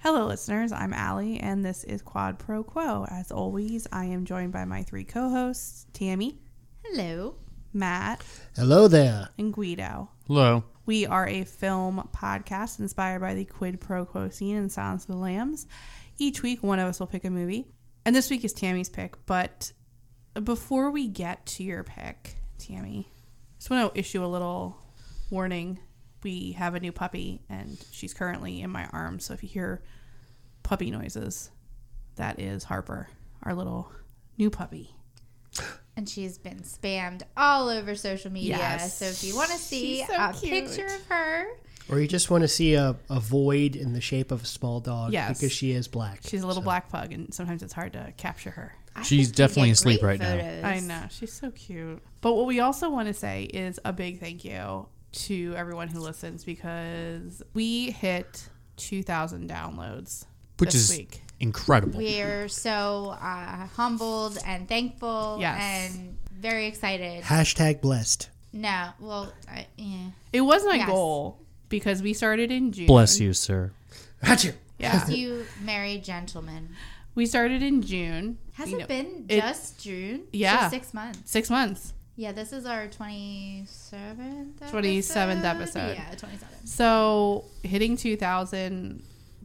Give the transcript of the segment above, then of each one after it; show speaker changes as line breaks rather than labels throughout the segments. Hello, listeners. I'm Allie, and this is Quad Pro Quo. As always, I am joined by my three co hosts, Tammy,
Hello.
Matt,
Hello there.
and Guido.
Hello.
We are a film podcast inspired by the quid pro quo scene in Silence of the Lambs. Each week, one of us will pick a movie. And this week is Tammy's pick. But before we get to your pick, Tammy, I just want to issue a little warning. We have a new puppy, and she's currently in my arms. So if you hear puppy noises, that is Harper, our little new puppy.
And she's been spammed all over social media.
Yes.
So if you want to see
She's so
a
cute.
picture of her,
Or you just want to see a, a void in the shape of a small dog
Yes.
because she is black.
She's a little black pug, and sometimes it's hard to capture her.
I
She's
think you
definitely
get
asleep
great
right now.
photos.
I know. She's so cute. But what we also want to say is a big thank you to everyone who listens because we hit 2,000 downloads
Which
this
is
week.
incredible.
We're so uh, humbled and thankful
Yes.
and very excited.
Hashtag blessed.
No, well, I, yeah.
It was my
Yes.
goal because we started in June.
Bless you, sir.
Achoo.
Yeah.
you married gentlemen.
we started in June.
Has
You
it
know,
been
it-
just June?
Yeah.
Just six months.
Six months.
Yeah, this is our 27th
27th episode.
Yeah, 27th.
So hitting 2,000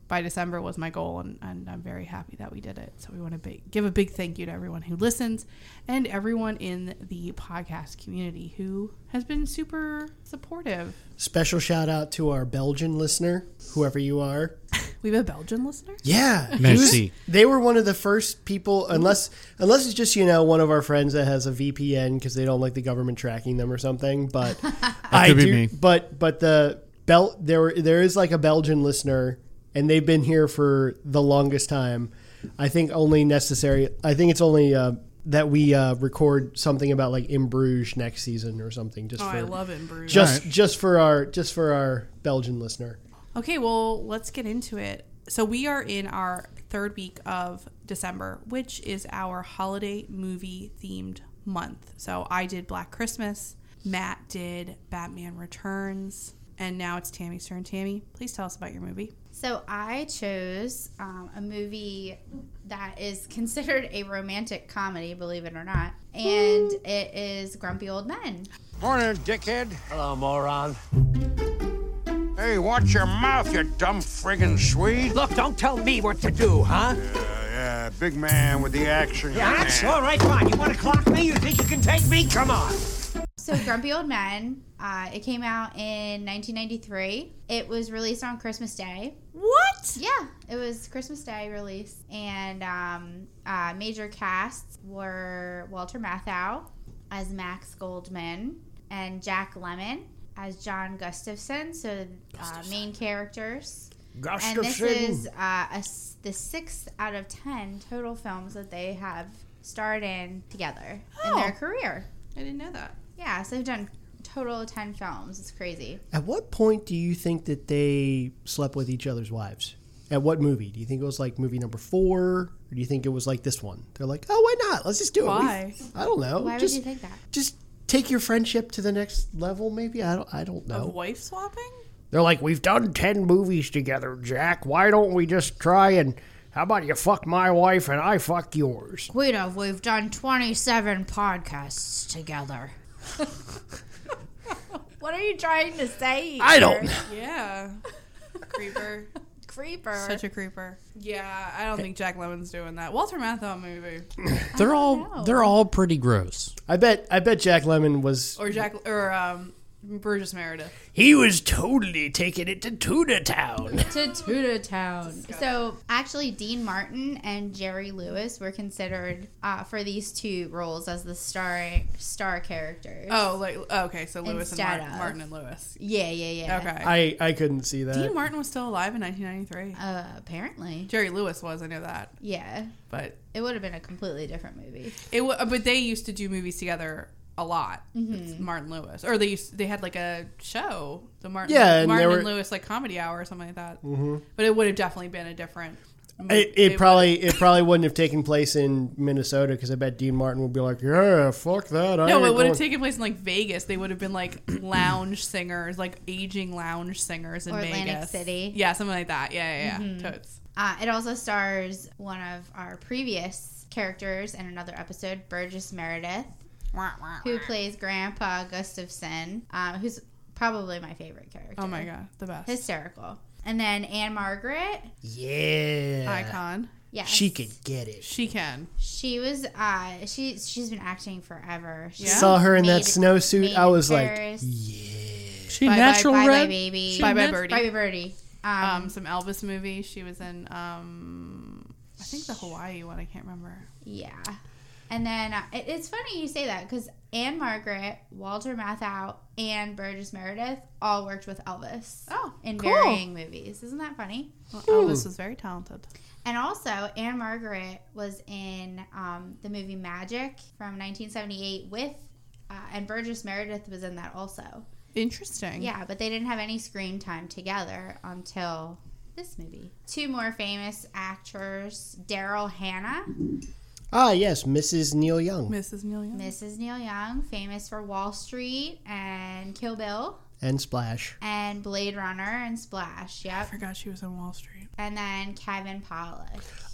by December was my goal, and, and I'm very happy that we did it. So we want to big, give a big thank you to everyone who listens and everyone in the podcast community who has been super supportive.
Special shout out to our Belgian listener, whoever you are.
We have a Belgian listener.
Yeah.
Merci.
He was- They were one of the first people, unless unless it's just, you know, one of our friends that has a VPN because they don't like the government tracking them or something. But I
could be
do.
me.
But, but the Bel- there, were- there is like a Belgian listener, and they've been here for the longest time. I think only necessary, I think it's only uh, that we uh, record something about like in Bruges next season or something
Oh,
just for.
him, Bruce.
just,
All right.
just for our just for our Belgian listener.
Okay, well, let's get into it. So we are in our third week of December, which is our holiday movie themed month. So I did Black Christmas, Matt did Batman Returns, and now it's Tammy's turn. Tammy, please tell us about your movie.
So I chose um, a movie that is considered a romantic comedy, believe it or not, and it is Grumpy Old Men.
Morning, dickhead.
Hello, moron.
Hey, watch your mouth, you dumb friggin' Swede.
Look, don't tell me what to do, huh?
Yeah, yeah, big man with the action.
Yeah, that's
Yeah.
all right, fine. You want to clock me? You think you can take me? Come on.
So Grumpy Old Men, uh, it came out in 1993. It was released on Christmas Day.
What?
Yeah, it was Christmas Day release, and um, uh, major casts were Walter Matthau as Max Goldman and Jack Lemon as John Gustafson. So uh, main characters. And this is uh, a s the sixth out of ten total films that they have starred in together in their
Oh.
career.
I didn't know that.
Yeah, so they've done total ten films. It's crazy.
At what point do you think that they slept with each other's wives? At what movie? Do you think it was like movie number four? Or do you think it was like this one? They're like, oh, why not? Let's just do
Why?
it. We've- I don't know.
Why
just,
would you think that?
Just take your friendship to the next level, maybe. I don't. I don't know.
Wife swapping?
They're like, we've done ten movies together, Jack. Why don't we just try and? How about you fuck my wife and I fuck yours?
Guido, we've done twenty-seven podcasts together. what are you trying to say?
I don't.
Yeah. creeper.
creeper.
Such a creeper. Yeah, I don't think Jack Lemon's doing that. Walter Matthau movie.
They're all they're all pretty gross.
I bet. I bet Jack Lemon was.
Or Jack or um Burgess Meredith.
He was totally taking it to Tuna Town.
to Tuna Town. So actually, Dean Martin and Jerry Lewis were considered uh, for these two roles as the starring star characters.
Oh, like okay, so Lewis and
Instead of.
Martin, Martin and Lewis.
yeah, yeah, yeah.
Okay.
I I couldn't see that.
Dean Martin was still alive in 1993.
Uh, apparently,
Jerry Lewis was, I know that,
yeah,
but
it would have been a completely different movie.
it wa but they used to do movies together a lot. It's
Mm-hmm.
Martin Lewis, or they used they had like a show, the Martin
Yeah, and
Martin
they
and
were-
Lewis like comedy hour or something like that. Mm-hmm. But it would have definitely been a different.
It, it probably it probably wouldn't have taken place in Minnesota because I bet Dean Martin would be like, yeah, fuck that. I
No,
ain't
it would
going."
have taken place in like Vegas. They would have been like lounge singers, like aging lounge singers in
Or
Vegas.
Atlantic City.
Yeah, something like that. Yeah, yeah, yeah. Totes.
Uh, it also stars one of our previous characters in another episode, Burgess Meredith, who plays Grandpa Gustafson, um, who's probably my favorite character.
Oh my god, the best.
Hysterical. And then Anne Margaret.
Yeah,
Icon.
Yes.
she could get it.
She can.
She was uh she she's been acting forever. She
Yeah.
Saw her in that
made-
snowsuit.
made
I was
Paris.
like,
She
Bye, bye,
natural
Bye bye
red.
baby.
Bye bye
That's-
birdie.
Bye bye birdie. Um,
Um, some Elvis movie. She was in. Um, I think the Hawaii one. I can't remember.
yeah. And then uh, it, it's funny you say that because Anne Margaret, Walter Matthau, and Burgess Meredith all worked with Elvis.
Oh,
in
cool.
varying movies. Isn't that funny?
Well,
Hmm.
Elvis was very talented.
And also, Anne Margaret was in um, the movie Magic from 1978 with, uh, and Burgess Meredith was in that also.
Mm-hmm. Interesting.
Yeah, but they didn't have any screen time together until this movie. Two more famous actors Daryl Hannah,
ah, yes, Mrs. Neil Young
Mrs. Neil Young.
Mrs. Neil Young, famous for Wall Street and Kill Bill,
and Splash.
and Blade Runner and Splash. Yep.
I forgot she was on Wall Street.
And then Kevin Pollak.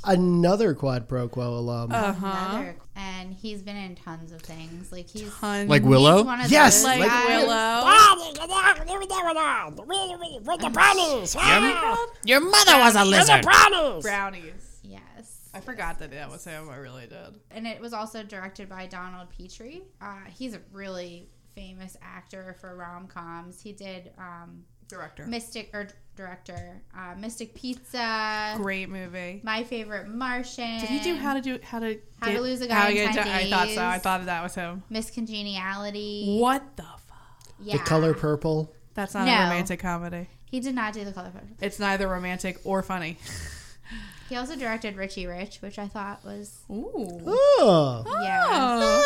Another quad pro quo alum.
Uh huh.
Another- And he's been in tons of things. Like he's
Like Willow?
He's one of
Yes,
those
Like
guys.
Willow.
Your mother was a lizard.
Brownies.
Yes.
I forgot that that was him. I really did.
And it was also directed by Donald Petrie. Uh, he's a really famous actor for rom coms. He did um,
Director.
Mystic or director uh, Mystic Pizza,
Great movie.
My Favorite Martian.
Did he do how to do how to
How to Lose a Guy
How to
in
Get
10
Di- I thought so. I
Days.
thought that was him.
Miss Congeniality?
What the fuck?
Yeah.
The color purple.
That's not
No.
a romantic comedy.
He did not do the color purple.
It's neither romantic or funny.
He also directed Richie Rich, which I thought was
Ooh.
Oh,
yeah.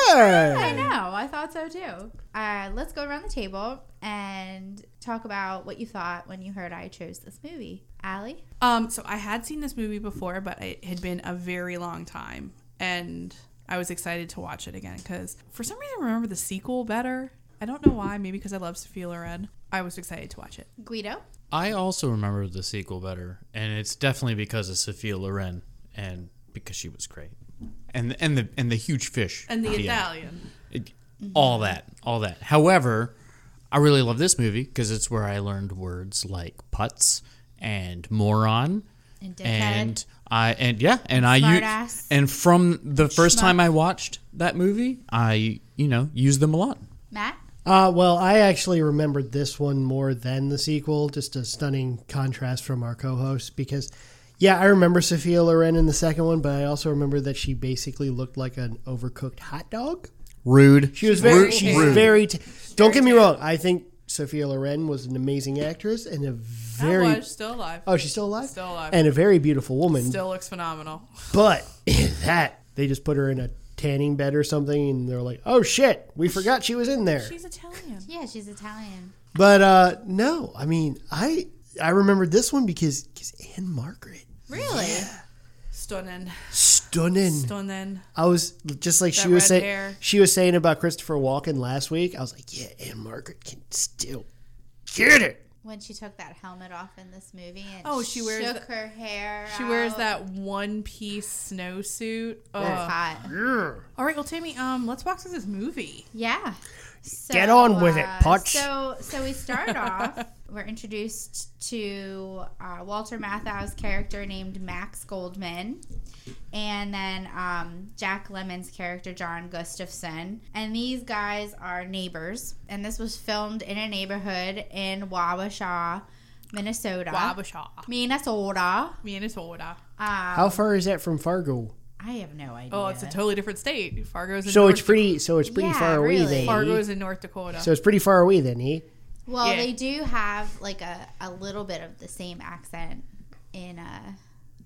I
hey.
know. I thought so too. Uh, let's go around the table and talk about what you thought when you heard I chose this movie. Allie?
Um, so I had seen this movie before, but it had been a very long time, and I was excited to watch it again because for some reason I remember the sequel better. I don't know why. Maybe because I love Sophia Loren. I was excited to watch it.
Guido?
I also remember the sequel better, and it's definitely because of Sophia Loren and because she was great, and and the and the huge fish
And the
at end.
Italian.
It- all that, all that. However, I really love this movie because it's where I learned words like putz and moron
And dickhead.
and I and yeah, and I
Smartass.
use and from the first time I watched that movie, I you know used them a lot.
Matt?
Uh, well, I actually remembered this one more than the sequel. Just a stunning contrast from our co-host because, yeah, I remember Sophia Loren in the second one, but I also remember that she basically looked like an overcooked hot dog.
Rude.
She was very,
Rude.
she's
Rude.
very. T- don't get me wrong. I think Sophia Loren was an amazing actress and a very.
That was still alive.
Oh, she's still alive.
Still alive.
And a very beautiful woman.
Still looks phenomenal.
But that they just put her in a tanning bed or something, and they're like, "Oh shit, we forgot she was in there."
She's Italian.
Yeah, she's Italian.
But uh no, I mean, I I remembered this one because because Anne Margaret,
Really?
Stunning.
Hmm. stunning.
Stunning.
I was just like she
That
was
red
saying
hair.
she was saying about Christopher Walken last week. I was like, yeah, Anne Margaret can still get it.
When she took that helmet off in this movie and
Oh, she wears
shook
the-
her hair.
She wears
out.
that one piece snowsuit.
That's
Ugh.
hot.
All right, well, Tammy, um, let's walk through this movie.
Yeah. So,
Get on with it,
uh,
Potch.
So, so we start off. We're introduced to uh, Walter Matthau's character named Max Goldman, and then um, Jack Lemon's character John Gustafson. And these guys are neighbors, and this was filmed in a neighborhood in Wabasha, Minnesota.
Wabasha,
Minnesota.
Minnesota.
How far is that from Fargo?
I have no idea.
Oh, it's a totally different state. Fargo's in
So
North
it's pretty. So it's pretty
Yeah,
far away
really.
then. eh?
Fargo's in North Dakota.
So it's pretty far away then, eh?
Well,
Yeah.
they do have like a, a little bit of the same accent in uh,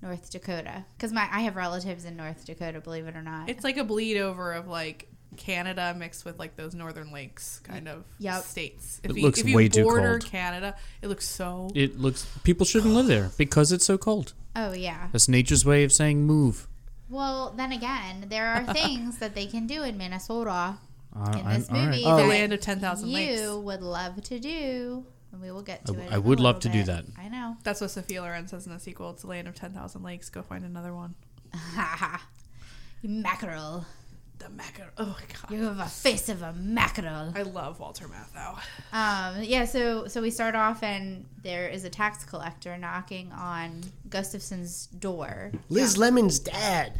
North Dakota because my I have relatives in North Dakota, believe it or not.
it's like a bleed over of like Canada mixed with like those Northern Lakes kind of
Yep.
states. If
It looks way too cold.
Canada, it looks so.
It looks people shouldn't live there because it's so cold.
Oh yeah.
That's nature's way of saying move.
Well, then again, there are things that they can do in Minnesota in this
I'm- all right. Oh.
movie
the
that
land of 10,000
you
lakes.
would love to do, and we will get to
I-
it.
I
in a
would love
little
to do
bit.
that.
I know.
That's what Sophia Loren says in the sequel. It's the land of 10,000 lakes. Go find another one.
You mackerel.
The mackerel. Oh, my God.
You have a face of a mackerel.
I love Walter Matthau.
Um, yeah, so so we start off and there is a tax collector knocking on Gustafson's door.
Liz Lemon's dad.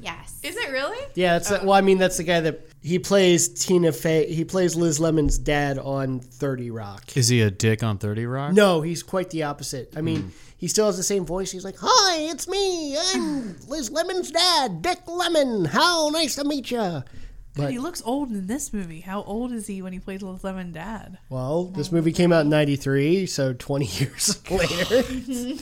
Yes.
Is it really?
Yeah, that's well. I mean, that's the guy that he plays Tina Fey. He plays Liz Lemon's dad on Thirty Rock.
Is he a dick on Thirty Rock?
No, he's quite the opposite. I mean, he still has the same voice. He's like, "Hi, it's me. I'm Liz Lemon's dad, Dick Lemon. How nice to meet you."
He looks old in this movie. How old is he when he plays Liz Lemon Dad?
Well, this movie came out in '93, so 20 years later,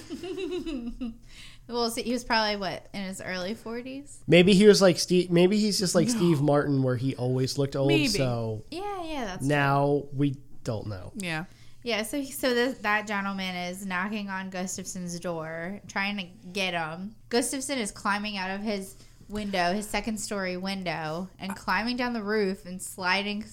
Well, see, he was probably what in his early forties.
maybe he was like Steve. Maybe he's just like Steve Martin, where he always looked old.
Maybe.
So
Yeah, yeah, that's
now we don't know.
Yeah.
yeah. So he- so this, that gentleman is knocking on Gustafson's door, trying to get him. Gustafson is climbing out of his window, his second story window, and climbing down the roof and sliding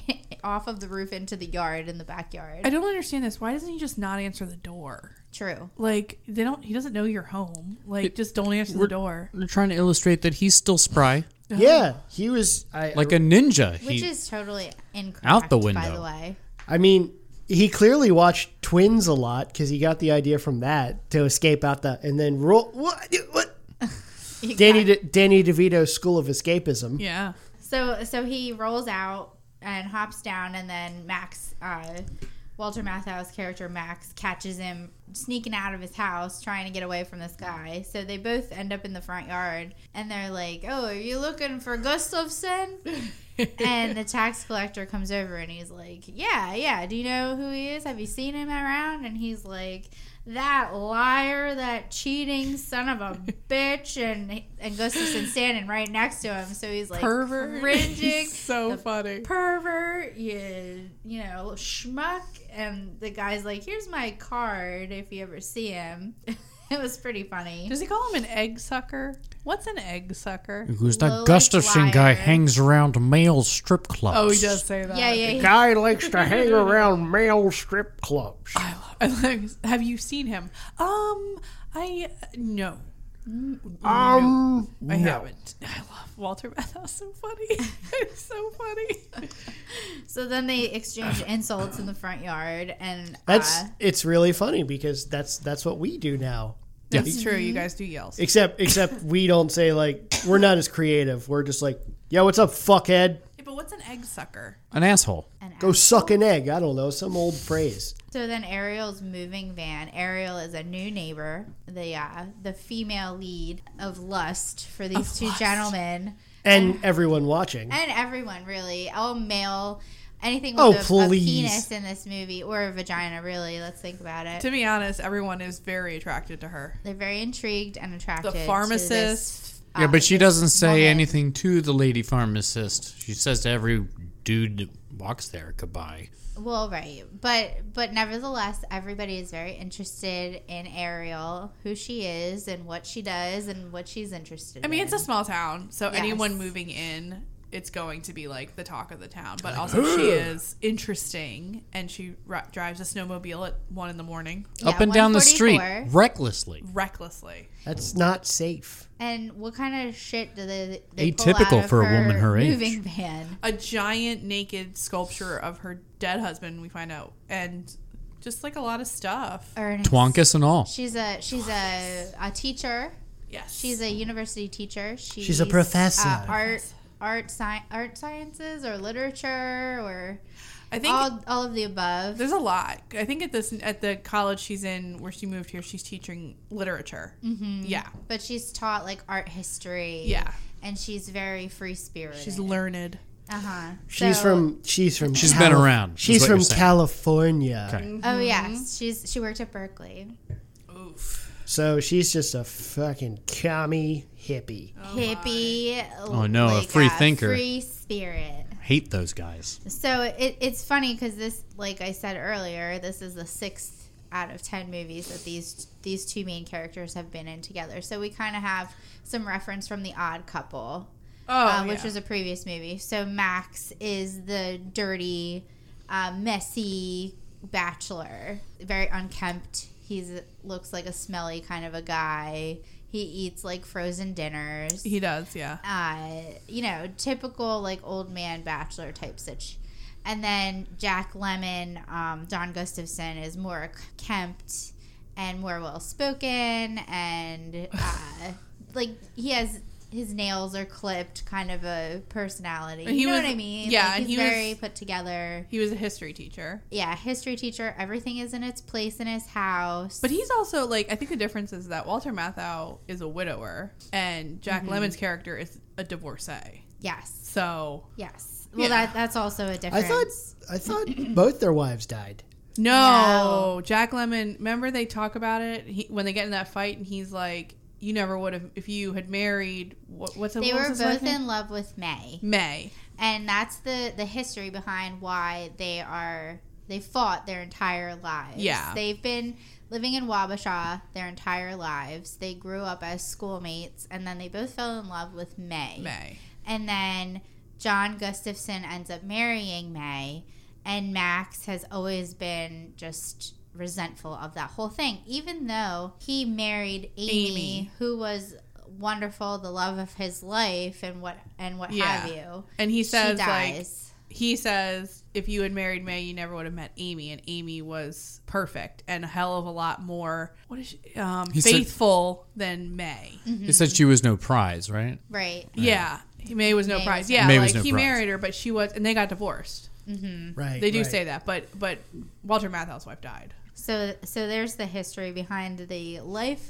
off of the roof into the yard in the backyard.
I don't understand this. Why doesn't he just not answer the door?
True.
Like they don't. He doesn't know you're home. Like just don't answer the door.
They're trying to illustrate that he's still spry,
Yeah, he was. I,
like a ninja.
Which
he,
is totally incorrect.
Out the
By the
window.
way,
I mean, he clearly watched Twins a lot because he got the idea from that to escape out the and then roll. What? what? Danny De, Danny DeVito's School of Escapism.
Yeah.
so so he rolls out and hops down, and then Max, uh, Walter Matthau's character Max, catches him sneaking out of his house, trying to get away from this guy. So they both end up in the front yard, and they're like, "Oh, are you looking for Gustafson?" and the tax collector comes over and he's like, "Yeah, yeah. Do you know who he is? Have you seen him around?" And he's like, "That liar, that cheating son of a bitch." And and Gustafson standing right next to him, so he's like
Pervert.
cringing,
He's so
the
funny.
pervert, you you know schmuck. And the guy's like, "Here's my card if you ever see him." it was pretty funny.
Does he call him an egg sucker? What's an egg sucker?
who's
Lola
that Gustafson
Dwyer.
guy hangs around male strip clubs?
Oh, he does say that.
yeah, yeah, yeah.
Guy likes to hang around male strip clubs.
Have you seen him? Um, I no,
Um,
I haven't. I love Walter Matthau. So funny. it's so funny.
So then they exchange insults in the front yard, and
that's
uh,
it's really funny because that's that's what we do now.
That's true. You guys do yells.
Except except we don't say like we're not as creative. We're just like, yo, what's up, fuckhead?
But what's an egg sucker?
An asshole.
an
Go suck an egg. I don't know some old phrase.
So then Ariel's moving van. Ariel is a new neighbor, the uh, the female lead of lust for these two gentlemen
And everyone watching.
and everyone really, all male, anything with
Oh,
a, a
please.
penis in this movie or a vagina. Really, let's think about it.
To be honest, everyone is very attracted to her.
They're very intrigued and
The
attracted. to this,
pharmacist.
yeah,
uh,
but she doesn't say
woman.
anything to the lady pharmacist. She says to every dude that walks there goodbye.
Well, right, but but nevertheless, everybody is very interested in Ariel, who she is, and what she does, and what she's interested.
I mean, it's
in.
a small town, so anyone moving in, it's going to be like the talk of the town. But also, she is interesting, and she ri drives a snowmobile at one in the morning
Up and down the street
144.
recklessly.
recklessly.
That's not safe.
And what kind of shit do they? they pull
Atypical
out of
for a woman her age.
Moving van.
A giant naked sculpture of her dead husband, we find out, and just like a lot of stuff.
Or an-
Twonkus and all.
She's a she's a a teacher.
Yes,
She's a university teacher. She's,
a professor.
Uh, art art sci- art sciences or literature or
I think
all all of the above.
there's a lot. I think at this at the college she's in, where she moved here, she's teaching literature. Mm-hmm. Yeah,
But she's taught like art history.
Yeah.
And she's very free spirited.
she's learned.
uh huh.
She's from she's from
She's been around, is
She's
what
from
you're saying.
California.
Mm-hmm.
Okay.
Oh yes, she's she worked at Berkeley.
Oof.
So she's just a fucking commie hippie.
hippie.
Oh, no, a free thinker.
free spirit.
Hate those guys.
So it, it's funny because this, like I said earlier, this is the sixth out of ten movies that these these two main characters have been in together. So we kind of have some reference from the Odd Couple,
Oh,
um, which
yeah.
was a previous movie. So Max is the dirty, uh, messy bachelor, very unkempt. He's looks like a smelly kind of a guy. He eats like frozen dinners
he does, yeah.
uh, you know, typical like old man bachelor type sitch. And then Jack Lemon, um, Don Gustafson is more c- kempt and more well spoken, and uh, like he has his nails are clipped, kind of a personality.
And he
you know
was-
what I mean?
yeah,
like,
and
he's
he was-
very put together.
He was a history teacher.
Yeah, history teacher. Everything is in its place in his house.
But he's also like I think the difference is that Walter Matthau is a widower and Jack
Mm-hmm.
Lemon's character is a divorcee.
yes,
So
yes. Well,
Yeah.
that that's also a
I
difference.
thought I thought both their wives died.
no, Jack Lemon. Remember they talk about it he, when they get in that fight, and he's like, "You never would have if you had married." What, what's it?
they
what
were
was his last
both
name?
in love with May.
May.
and that's the the history behind why they are they fought their entire lives
Yeah.
they've been living in wabasha their entire lives they grew up as schoolmates and then they both fell in love with may
May.
and then john gustafson ends up marrying may and max has always been just resentful of that whole thing even though he married amy,
Amy.
who was wonderful the love of his life and what and what
Yeah.
have you
And he says
she
like
dies.
he says if you had married May, you never would have met Amy, and Amy was perfect and a hell of a lot more what is she, um,
said-
faithful than May.
Mm-hmm.
He said she was no prize, right?
right.
Yeah. May was no
May
prize.
was
Yeah,
May
like
was no
he
prize.
married her, but she was, and they got divorced.
Right.
They do
right.
say that, but but Walter Matthau's wife died.
So so there's the history behind the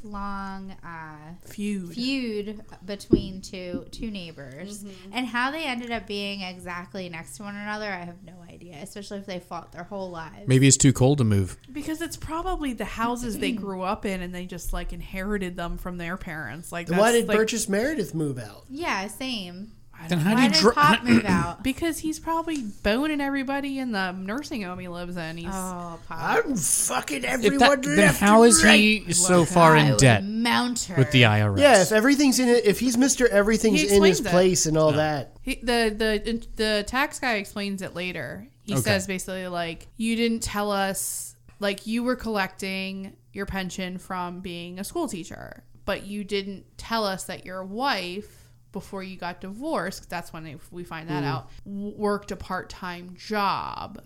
lifelong uh,
Feud.
feud between two two neighbors and how they ended up being exactly next to one another. I have no idea, especially if they fought their whole lives.
Maybe it's too cold to move.
because it's probably the houses they grew up in, and they just like inherited them from their parents. Like
Why did
like,
Burgess Meredith move out?
Yeah, same.
Then how do
Why
you
did
dri-
Pop move out?
Because he's probably boning everybody in the nursing home he lives in. He's
Oh, Pop.
I'm fucking
If
everyone
that, then
left
how
and
is
right.
he so far
I
in
would
debt
Mount her
with the IRS?
Yeah, if everything's in it, if he's Mister Everything's
He
in
explains
his
it.
place and all that.
He, the the the tax guy explains it later. He
Okay.
says basically like you didn't tell us like you were collecting your pension from being a school teacher, but you didn't tell us that your wife before you got divorced, that's when they- we find that out, w- worked a part-time job.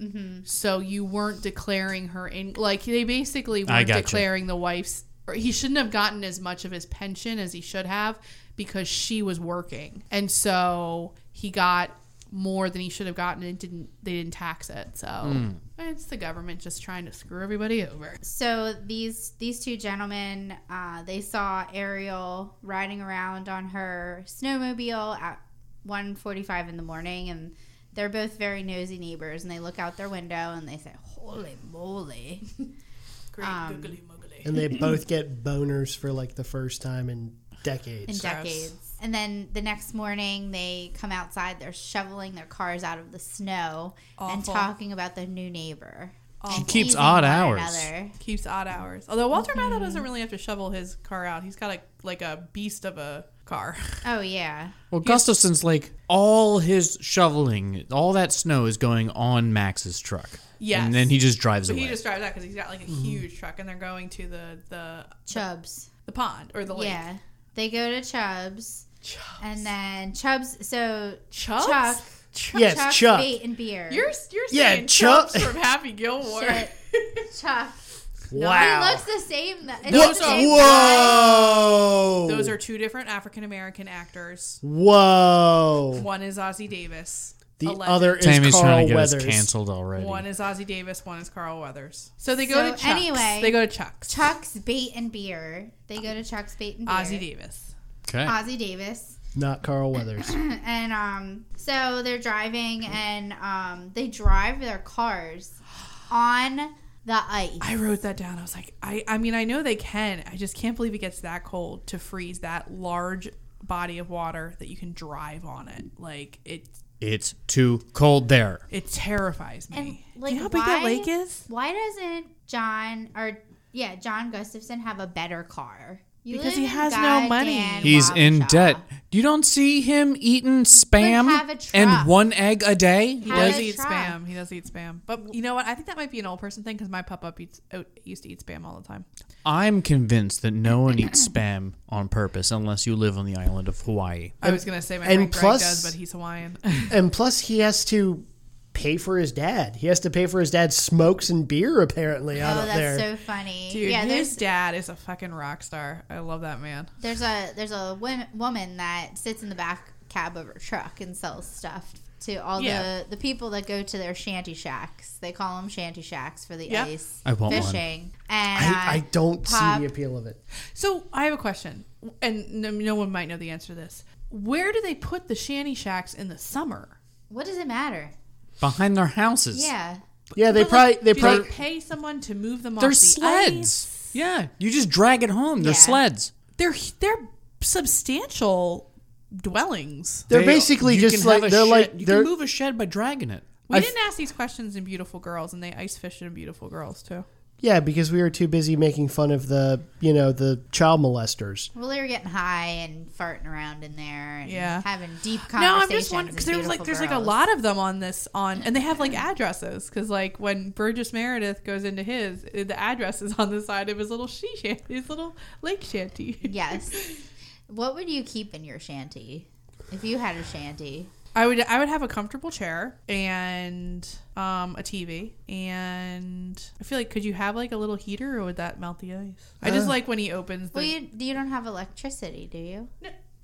So you weren't declaring her in like they basically
I
weren't
gotcha.
declaring the wife's or he shouldn't have gotten as much of his pension as he should have because she was working. And so he got more than he should have gotten and didn't they didn't tax it. So
Hmm.
it's the government just trying to screw everybody over.
So these these two gentlemen, uh, they saw Ariel riding around on her snowmobile at 1:45 in the morning, and they're both very nosy neighbors. And they look out their window and they say, "Holy moly!"
Great
Um,
googly moogly.
And they both get boners for like the first time in
in
decades.
decades. And then the next morning, they come outside. They're shoveling their cars out of the snow and
Awful.
talking about their new neighbor.
She
Awful.
keeps
Teasing
odd
one
hours.
another.
Keeps odd hours. Although Walter Matthau doesn't really have to shovel his car out. He's got a like a beast of a car.
Oh yeah.
Well, Gustafson's like all his shoveling, all that snow is going on Max's truck.
Yes.
and then he just drives
But
away.
he just drives out because he's got like a
Hmm.
huge truck, and they're going to the the
Chubs.
the pond or the lake.
Yeah. They go to Chubbs.
Chubbs.
And then Chubbs. So
Chubbs?
Chuck.
Chuck-
Yes,
Chuck's
Chuck.
bait and beer.
You're you're
Yeah,
saying
Chuck-
Chuck from Happy Gilmore.
Shit. Chuck.
Wow.
He looks the same. th- It's
Those
the
are-
same
Whoa.
Those are two different African American actors.
Whoa.
One is Ozzie Davis.
The
a legend.
other is
Tammy's
Carl
trying to get
Weathers.
us canceled already.
One is Ozzie Davis. One is Carl Weathers. So they go
So
to Chuck's.
anyway-
they go to Chuck's.
Chuck's bait and beer. They go to Chuck's bait and beer.
Ozzie Davis.
okay,
Ozzy Davis.
Not Carl Weathers.
And um, so they're driving and um, they drive their cars on The ice.
I wrote that down. I was like, I, I mean, I know they can. I just can't believe it gets that cold to freeze that large body of water that you can drive on it. Like it,
It's too cold there.
it terrifies me.
And
Do
like,
you know how big that
why-
lake is?
Why doesn't John or yeah John Gustafson have a better car? You
Because
live
he
in
has no money.
goddamn
He's in
Wabasha.
debt. You don't see him
have a
eating spam
truck.
and one egg a day?
He
Have
does
a
eat
truck.
spam. He does eat spam. But you know what? I think that might be an old person thing because my pup up eats, oh, used to eat spam all the time.
I'm convinced that no one eats spam on purpose unless you live on the island of Hawaii.
I was gonna say my
and
friend
plus-
Greg does, but he's Hawaiian.
And plus, he has to pay for his dad. He has to pay for his dad's smokes and beer, apparently, out
Oh,
of
that's
there.
so funny.
Dude,
yeah,
his
there's
dad is a fucking rock star. I love that man.
there's a there's a wom- woman that sits in the back cab of her truck and sells stuff to all
Yeah.
the the people that go to their shanty shacks. They call them shanty shacks for the
Yeah.
ice
I want one.
fishing. And
I, I
uh,
don't
Pop-
see the appeal of it.
So I have a question, and no, no one might know the answer to this. Where do they put the shanty shacks in the summer?
what does it matter?
Behind their houses.
Yeah,
Yeah, they
But, like,
probably they
do
probably
pay someone to move them off
They're
the
sleds.
ice?
Yeah. You just drag it home. They're
Yeah.
sleds.
They're they're substantial dwellings.
they're basically
you
just
can
like
have a
they're
shed-
like
you
they're
can move a shed by dragging it.
We
I f-
didn't ask these questions in Beautiful Girls, and they ice fished in Beautiful Girls too.
yeah because we were too busy making fun of the you know the child molesters.
well, they were getting high and farting around in there and
Yeah.
having deep
No,
conversations.
I'm just wondering because
in
there's like
Beautiful
there's like a
Girls.
lot of them on this on, and they have like addresses because like when Burgess Meredith goes into his, eh, the address is on the side of his little she shanty, his little lake shanty.
Yes. What would you keep in your shanty if you had a shanty?
I would I would have a comfortable chair and um a TV and I feel like could you have like a little heater or would that melt the ice? I just like when he opens the
Well, you, you don't have electricity, do you?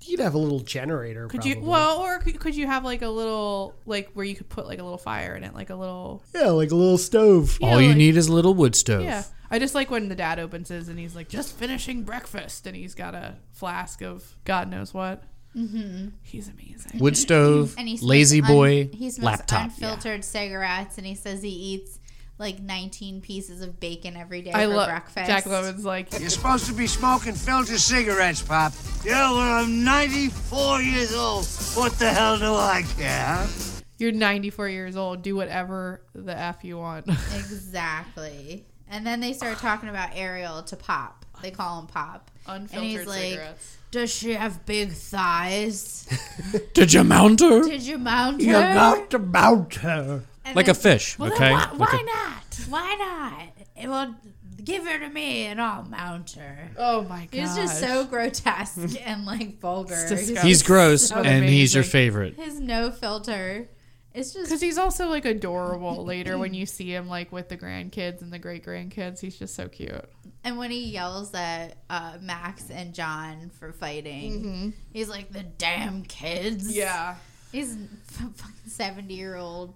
You'd have a little generator.
could
probably.
you well or could, could you have like a little like where you could put like a little fire in it like a little
yeah, like a little stove.
Yeah,
All you
like-
need is a little wood stove.
yeah. I just like when the dad opens his and he's like just finishing breakfast and he's got a flask of God knows what. Mm-hmm. He's amazing.
Wood stove,
And he smokes
lazy
un-
boy,
He smokes
laptop.
unfiltered cigarettes, and he says he eats like 19 pieces of bacon every day
I
for
love
breakfast.
Jack Lemon's like
You're supposed to be smoking filter cigarettes, Pop. Yeah, well, I'm 94 years old. What the hell do I care?
you're 94 years old, do whatever the f you want.
Exactly. And then they start talking about Ariel to Pop. They call him Pop. and he's
Unfiltered
like,
cigarettes.
"Does she have big thighs?
Did you mount her?
Did you mount her?
to mount her.
And
Like a
then-
fish,
Well,
okay?
Then why,
Like
why
a-
not? Why not? It will give her to me, and I'll mount her.
Oh my god.
He's just so grotesque and like vulgar.
disgusting.
He's-
He's gross
So
and he's your
amazing.
favorite.
His no filter. It's
Because
just
he's also like adorable later when you see him like with the grandkids and the great grandkids. He's just so cute.
and when he yells at uh, Max and John for fighting, he's like the damn kids. he's a fucking seventy year old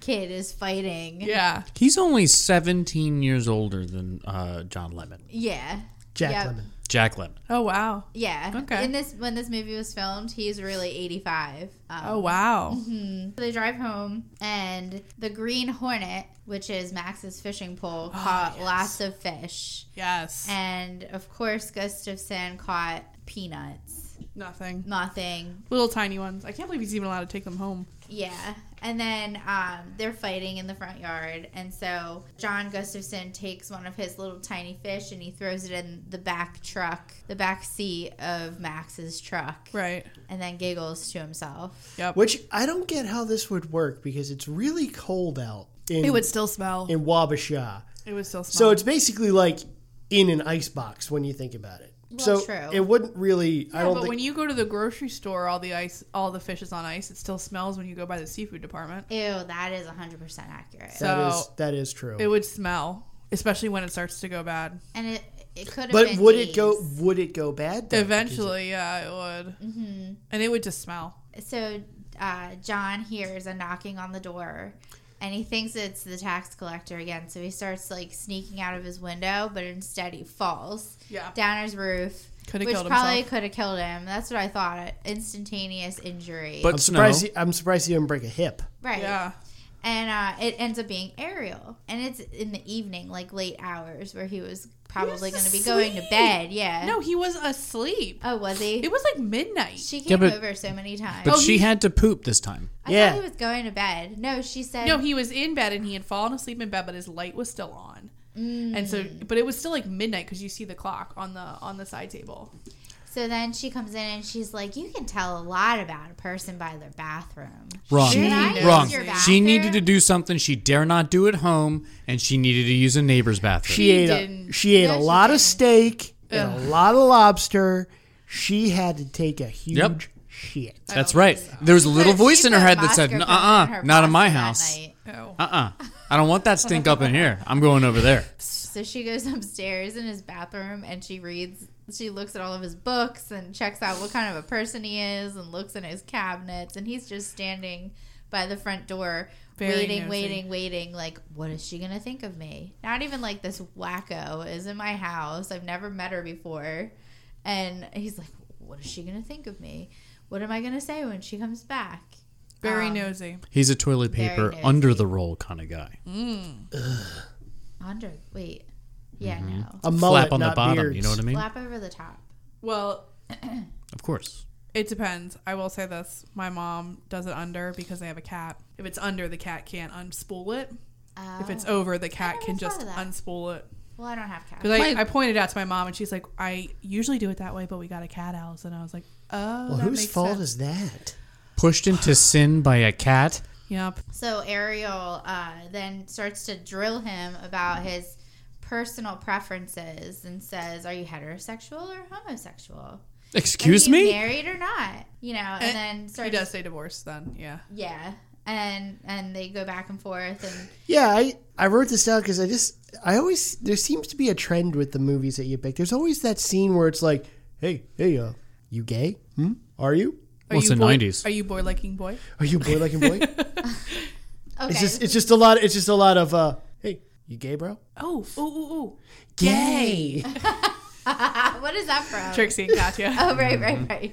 kid is fighting.
Yeah.
He's only 17 years older than uh, John Lemon.
yeah,
Jack
Yep.
Lemon.
Jack Lemon.
Oh wow.
yeah.
Okay.
In this when this movie was filmed, he's really eighty five. Um,
Oh wow.
So they drive home, and the Green Hornet, which is Max's fishing pole,
Oh,
caught lots of fish.
Yes.
And of course, Gustafson caught peanuts.
Nothing.
Nothing.
Little tiny ones. I can't believe he's even allowed to take them home.
Yeah. And then um, they're fighting in the front yard. And so John Gustafson takes one of his little tiny fish and he throws it in the back truck, the back seat of Max's truck.
Right.
And then giggles to himself.
Yep.
Which I don't get how this would work because it's really cold out in
it would still smell.
in Wabasha.
It would still smell.
So it's basically like in an icebox when you think about it. so
true.
it wouldn't really. I
yeah,
don't
but
think.
when you go to the grocery store, all the ice, all the fish is on ice. It still smells when you go by the seafood department.
Ew, that is 100% accurate.
that is
so-
that is true.
It would smell, especially when it starts to go bad.
and it, it could have
but
been
would it go?
days.
Would it go bad? though?
Eventually, yeah, it would. Mm-hmm. And it would just smell.
So uh, John hears a knocking on the door, and he thinks it's the tax collector again. So he starts like sneaking out of his window, but instead he falls
Yeah.
down his roof,
Coulda
which
killed
probably
himself.
could have killed him. That's what I thought. Instantaneous injury,
But
I'm
no.
surprised. He, I'm surprised he didn't break a hip.
right?
Yeah.
and uh, it ends up being Ariel, and it's in the evening, like late hours, where he was probably going to be going to
asleep.
bed. Yeah.
No, he was asleep.
Oh, was he?
It was like midnight.
she
Yeah,
came
but-
over so many times.
But
Oh,
she
he-
had to poop this time.
I
Yeah.
thought he was going to bed. No, she said.
no, he was in bed and he had fallen asleep in bed, but his light was still on. And so, but it was still like midnight because you see the clock on the on the side table.
so then she comes in and she's like, "You can tell a lot about a person by their bathroom."
Wrong.
Should I use
Wrong.
your
She
bathroom?
needed to do something she dare not do at home, and she needed to use a neighbor's bathroom.
She ate a,
didn't.
she ate
No,
a
she
lot of
didn't.
steak and a lot of lobster. She had to take a huge
Yep.
shit.
That's right. There was a little
She
voice in her
put
head that said,
Oscar
"Uh,
Pearl in
uh,
her
not in my
pasta that
house.
night.
Oh,
Uh, uh, I don't want that stink up in here. I'm going over there."
So she goes upstairs in his bathroom and she reads. She looks at all of his books and checks out what kind of a person he is and looks in his cabinets. And he's just standing by the front door,
Very
waiting,
nosy.
waiting, waiting. Like, what is she going to think of me? Not even like this wacko is in my house. I've never met her before. And he's like, what is she going to think of me? What am I going to say when she comes back?
very
Um,
nosy.
He's a toilet
Very
paper
nosy.
under the roll kind of guy.
Andre, wait. Yeah, no.
A mullet,
Flap on the
not
bottom.
beards.
You know what I mean?
Flap over the top.
Well,
Of course.
It depends. I will say this. My mom does it under because they have a cat. If it's under, the cat can't unspool it. If it's over, the cat
Oh. never
can
thought
just
of that.
unspool it.
Uh, Well, I don't have cats.
Because I, I pointed out to my mom, and she's like, I usually do it that way, but we got a cat, Alice. And I was like, oh,
Well,
that
whose
makes
fault
sense.
is that?
Pushed into sin by a cat.
Yep.
So Ariel uh, then starts to drill him about
Mm-hmm.
his personal preferences and says, "Are you heterosexual or homosexual?
Excuse
Are you
me.
married or not? You know." And, then
He
starts,
does say divorce then. Yeah.
yeah, and and they go back and forth, and
Yeah, I, I wrote this down because I just I always there seems to be a trend with the movies that you pick. There's always that scene where it's like, hey, hey, uh, you gay? Hmm? Are you?
Are
Well, it's
you
the
boy-
90s.
Are you boy liking boy?
Are you boy liking boy?
okay,
It's just it's just a lot. It's just a lot of uh, hey, you gay, bro?
Oh, ooh, ooh, ooh.
Gay.
uh, what is that from?
Trixie and Katya.
Oh, right,
Mm-hmm.
right, right.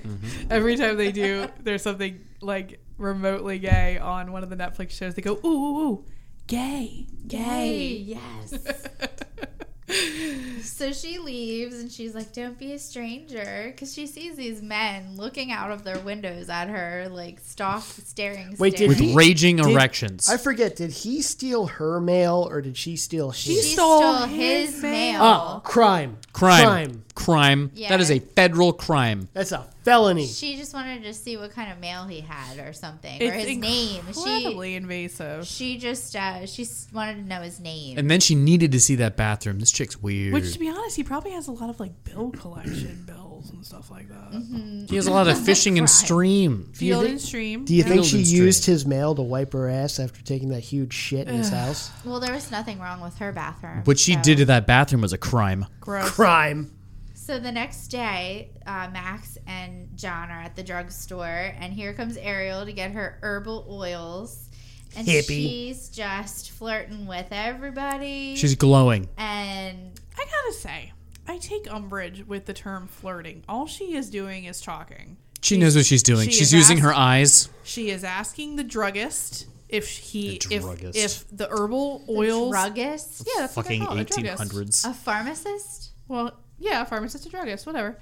Every time they do, there's something like remotely gay on one of the Netflix shows. They go, ooh, ooh, ooh. Gay.
Hey,
Gay.
yes. so she leaves and she's like, Don't be a stranger. Because she sees these men looking out of their windows at her, like, stalk, staring.
Wait,
staring.
did he?
Raging
Did-
erections.
I forget. Did he steal her mail or did she steal his?
She stole, his, mail.
oh, crime.
crime.
Crime.
Crime. That is
Yeah.
a federal crime.
That's a felony.
She just wanted to see what kind of mail he had or something, or
It's
his name. She
incredibly invasive.
she just uh, she s- wanted to know his name.
And then she needed to see that bathroom. This chick's weird.
Which, to be honest, he probably has a lot of like bill collection bills and stuff like that.
She has a lot of fishing and stream.
Field and stream.
Do you think she
Field and
used
stream.
his mail to wipe her ass after taking that huge shit in his house?
well, there was nothing wrong with her bathroom.
What she
so-
did to that bathroom was a crime.
Gross.
Crime.
So the next day, uh, Max and John are at the drugstore, and here comes Ariel to get her herbal oils. And
Hippie.
she's just flirting with everybody.
She's glowing.
and
I gotta say, I take umbrage with the term flirting. All she is doing is talking.
She knows what she's doing.
she
she's
is
using her
asked-
eyes.
She is asking the druggist if he
The druggist.
if if the herbal oils.
druggist,
yeah, that's what they're
Fucking
called, a druggist.
1800s.
a pharmacist.
Well, yeah, a pharmacist, a druggist, whatever.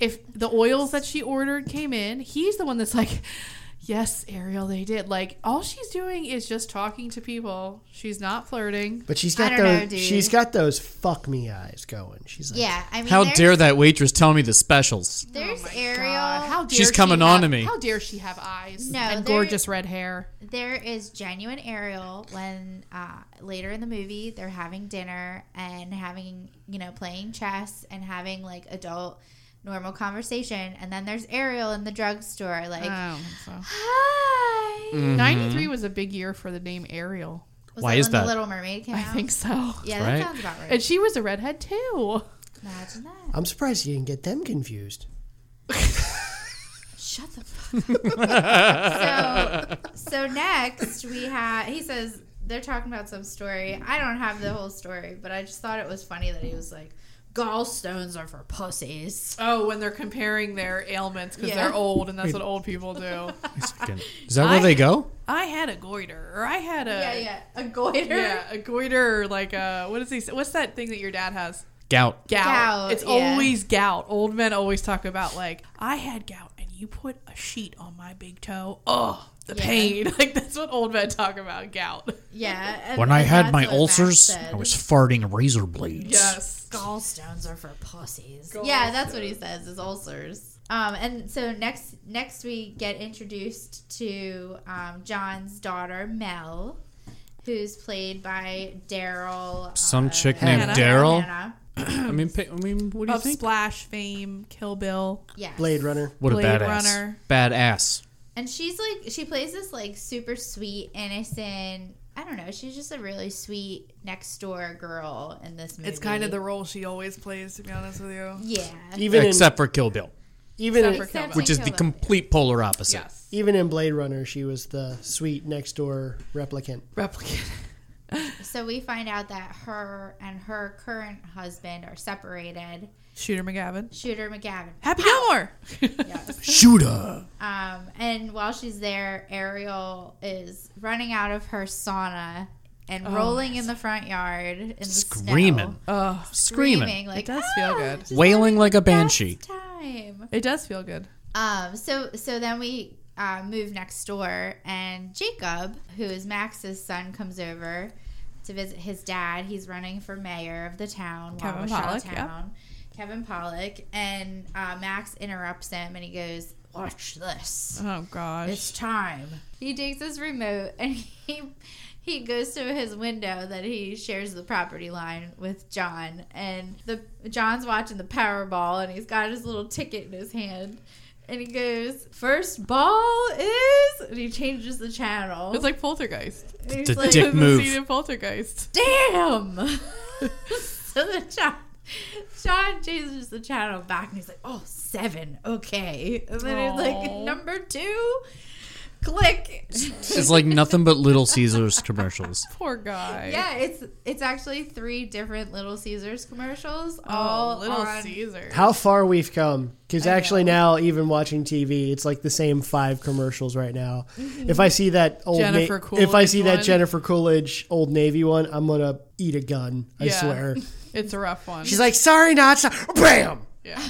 If the oils that she ordered came in, he's the one that's like, "Yes, Ariel, they did." Like all she's doing is just talking to people. She's not flirting.
But she's
I
got
don't know,
those.
dude.
she's got those fuck me eyes going. She's like,
Yeah, I mean,
How
there's,
dare that waitress tell me the specials?
there's
Oh my
Ariel.
God, How dare
She's coming
she have-
on to me.
How dare she have eyes
No,
and
there-
gorgeous red hair?
there is genuine Ariel when uh, later in the movie they're having dinner and having you know playing chess and having like adult normal conversation, and then there's Ariel in the drugstore like
I don't think Oh, so.
hi.
Mm-hmm.
Ninety-three was a big year for the name Ariel.
Was
Mm. Why
that
is
when
that?
The Little Mermaid came
I
out.
think so.
Yeah,
Right.
that sounds about right.
And she was a redhead too.
Imagine that.
I'm surprised you didn't get them confused.
Shut the fuck. up. so, so next we have. He says they're talking about some story. I don't have the whole story, but I just thought it was funny that he was like. Gallstones are for pussies.
Oh, when they're comparing their ailments because
Yeah.
they're old, and that's what old people do.
Is that where they go?
I had a goiter, or I had a
Yeah, yeah. A goiter.
yeah, a goiter, or like a what is he? What's that thing that your dad has?
Gout.
Gout.
Gout,
it's
yeah.
always gout. Old men always talk about like I had gout, and you put a sheet on my big toe. Oh, the
Yeah.
pain! Like that's what old men talk about gout.
Yeah. and-
When I
and
had
that's
my
what Max
ulcers,
said.
I was farting razor blades.
Yes.
Gallstones are for pussies. Yeah, that's what he says is ulcers. Um, and so next next we get introduced to um, John's daughter Mel, who's played by Daryl.
Some
uh,
chick
Hannah.
named Daryl.
Hannah.
I mean, pa- I mean, what do you
Of
think?
Splash fame, Kill Bill.
Yes.
Blade Runner.
What a
Blade
badass.
Runner.
Badass.
And she's like she plays this like super sweet, innocent. I don't know. She's just a really sweet next door girl in this movie.
It's kind of the role she always plays, to be honest with you.
yeah.
Even
Except for Kill Bill,
in, even in-
Except for Kill Bill.
which is the complete polar opposite.
Yes.
even in Blade Runner, she was the sweet next door replicant.
Replicant.
So we find out that her and her current husband are separated.
Shooter McGavin.
Shooter McGavin.
Happy Gilmore.
Shooter.
Um, and while she's there, Ariel is running out of her sauna and rolling in the front yard in the snow.
Oh, Screaming.
Oh,
Screaming.
like
does feel
"Ah,
good.
she's
Wailing
having
like a
the best
banshee.
Time.
it does feel good.
Um. So so then we uh, move next door, and Jacob, who is Max's son, comes over to visit his dad. He's running for mayor of the town,
Kevin
Waukesha
Pollak, yeah.
Town. Kevin Pollock, and uh, Max interrupts him, and he goes, "Watch this."
Oh gosh.
It's time. He takes his remote and he he goes to his window that he shares the property line with John and the John's watching the Powerball and he's got his little ticket in his hand. And he goes, first ball is, and he changes the channel.
It's like Poltergeist.
And he's
the
like,
dick
The
move.
scene in Poltergeist.
damn. so the John, John changes the channel back, and he's like, "Oh, seven, okay." And then he's like,
Aw.
"Number two, click."
It's like nothing but Little Caesars commercials.
Poor guy.
yeah, it's it's actually three different Little Caesars commercials,
Oh,
all
Little
on-
Caesar.
How far we've come. Because actually, now, even watching TV, it's like the same five commercials right now. If I see that old Na-
Mm-hmm. Jennifer
if I
Coolidge
see that
one.
Jennifer Coolidge Old Navy one, I'm going to eat a gun. I
Yeah.
swear.
It's a rough one.
She's like, sorry, not sorry. Bam!
yeah.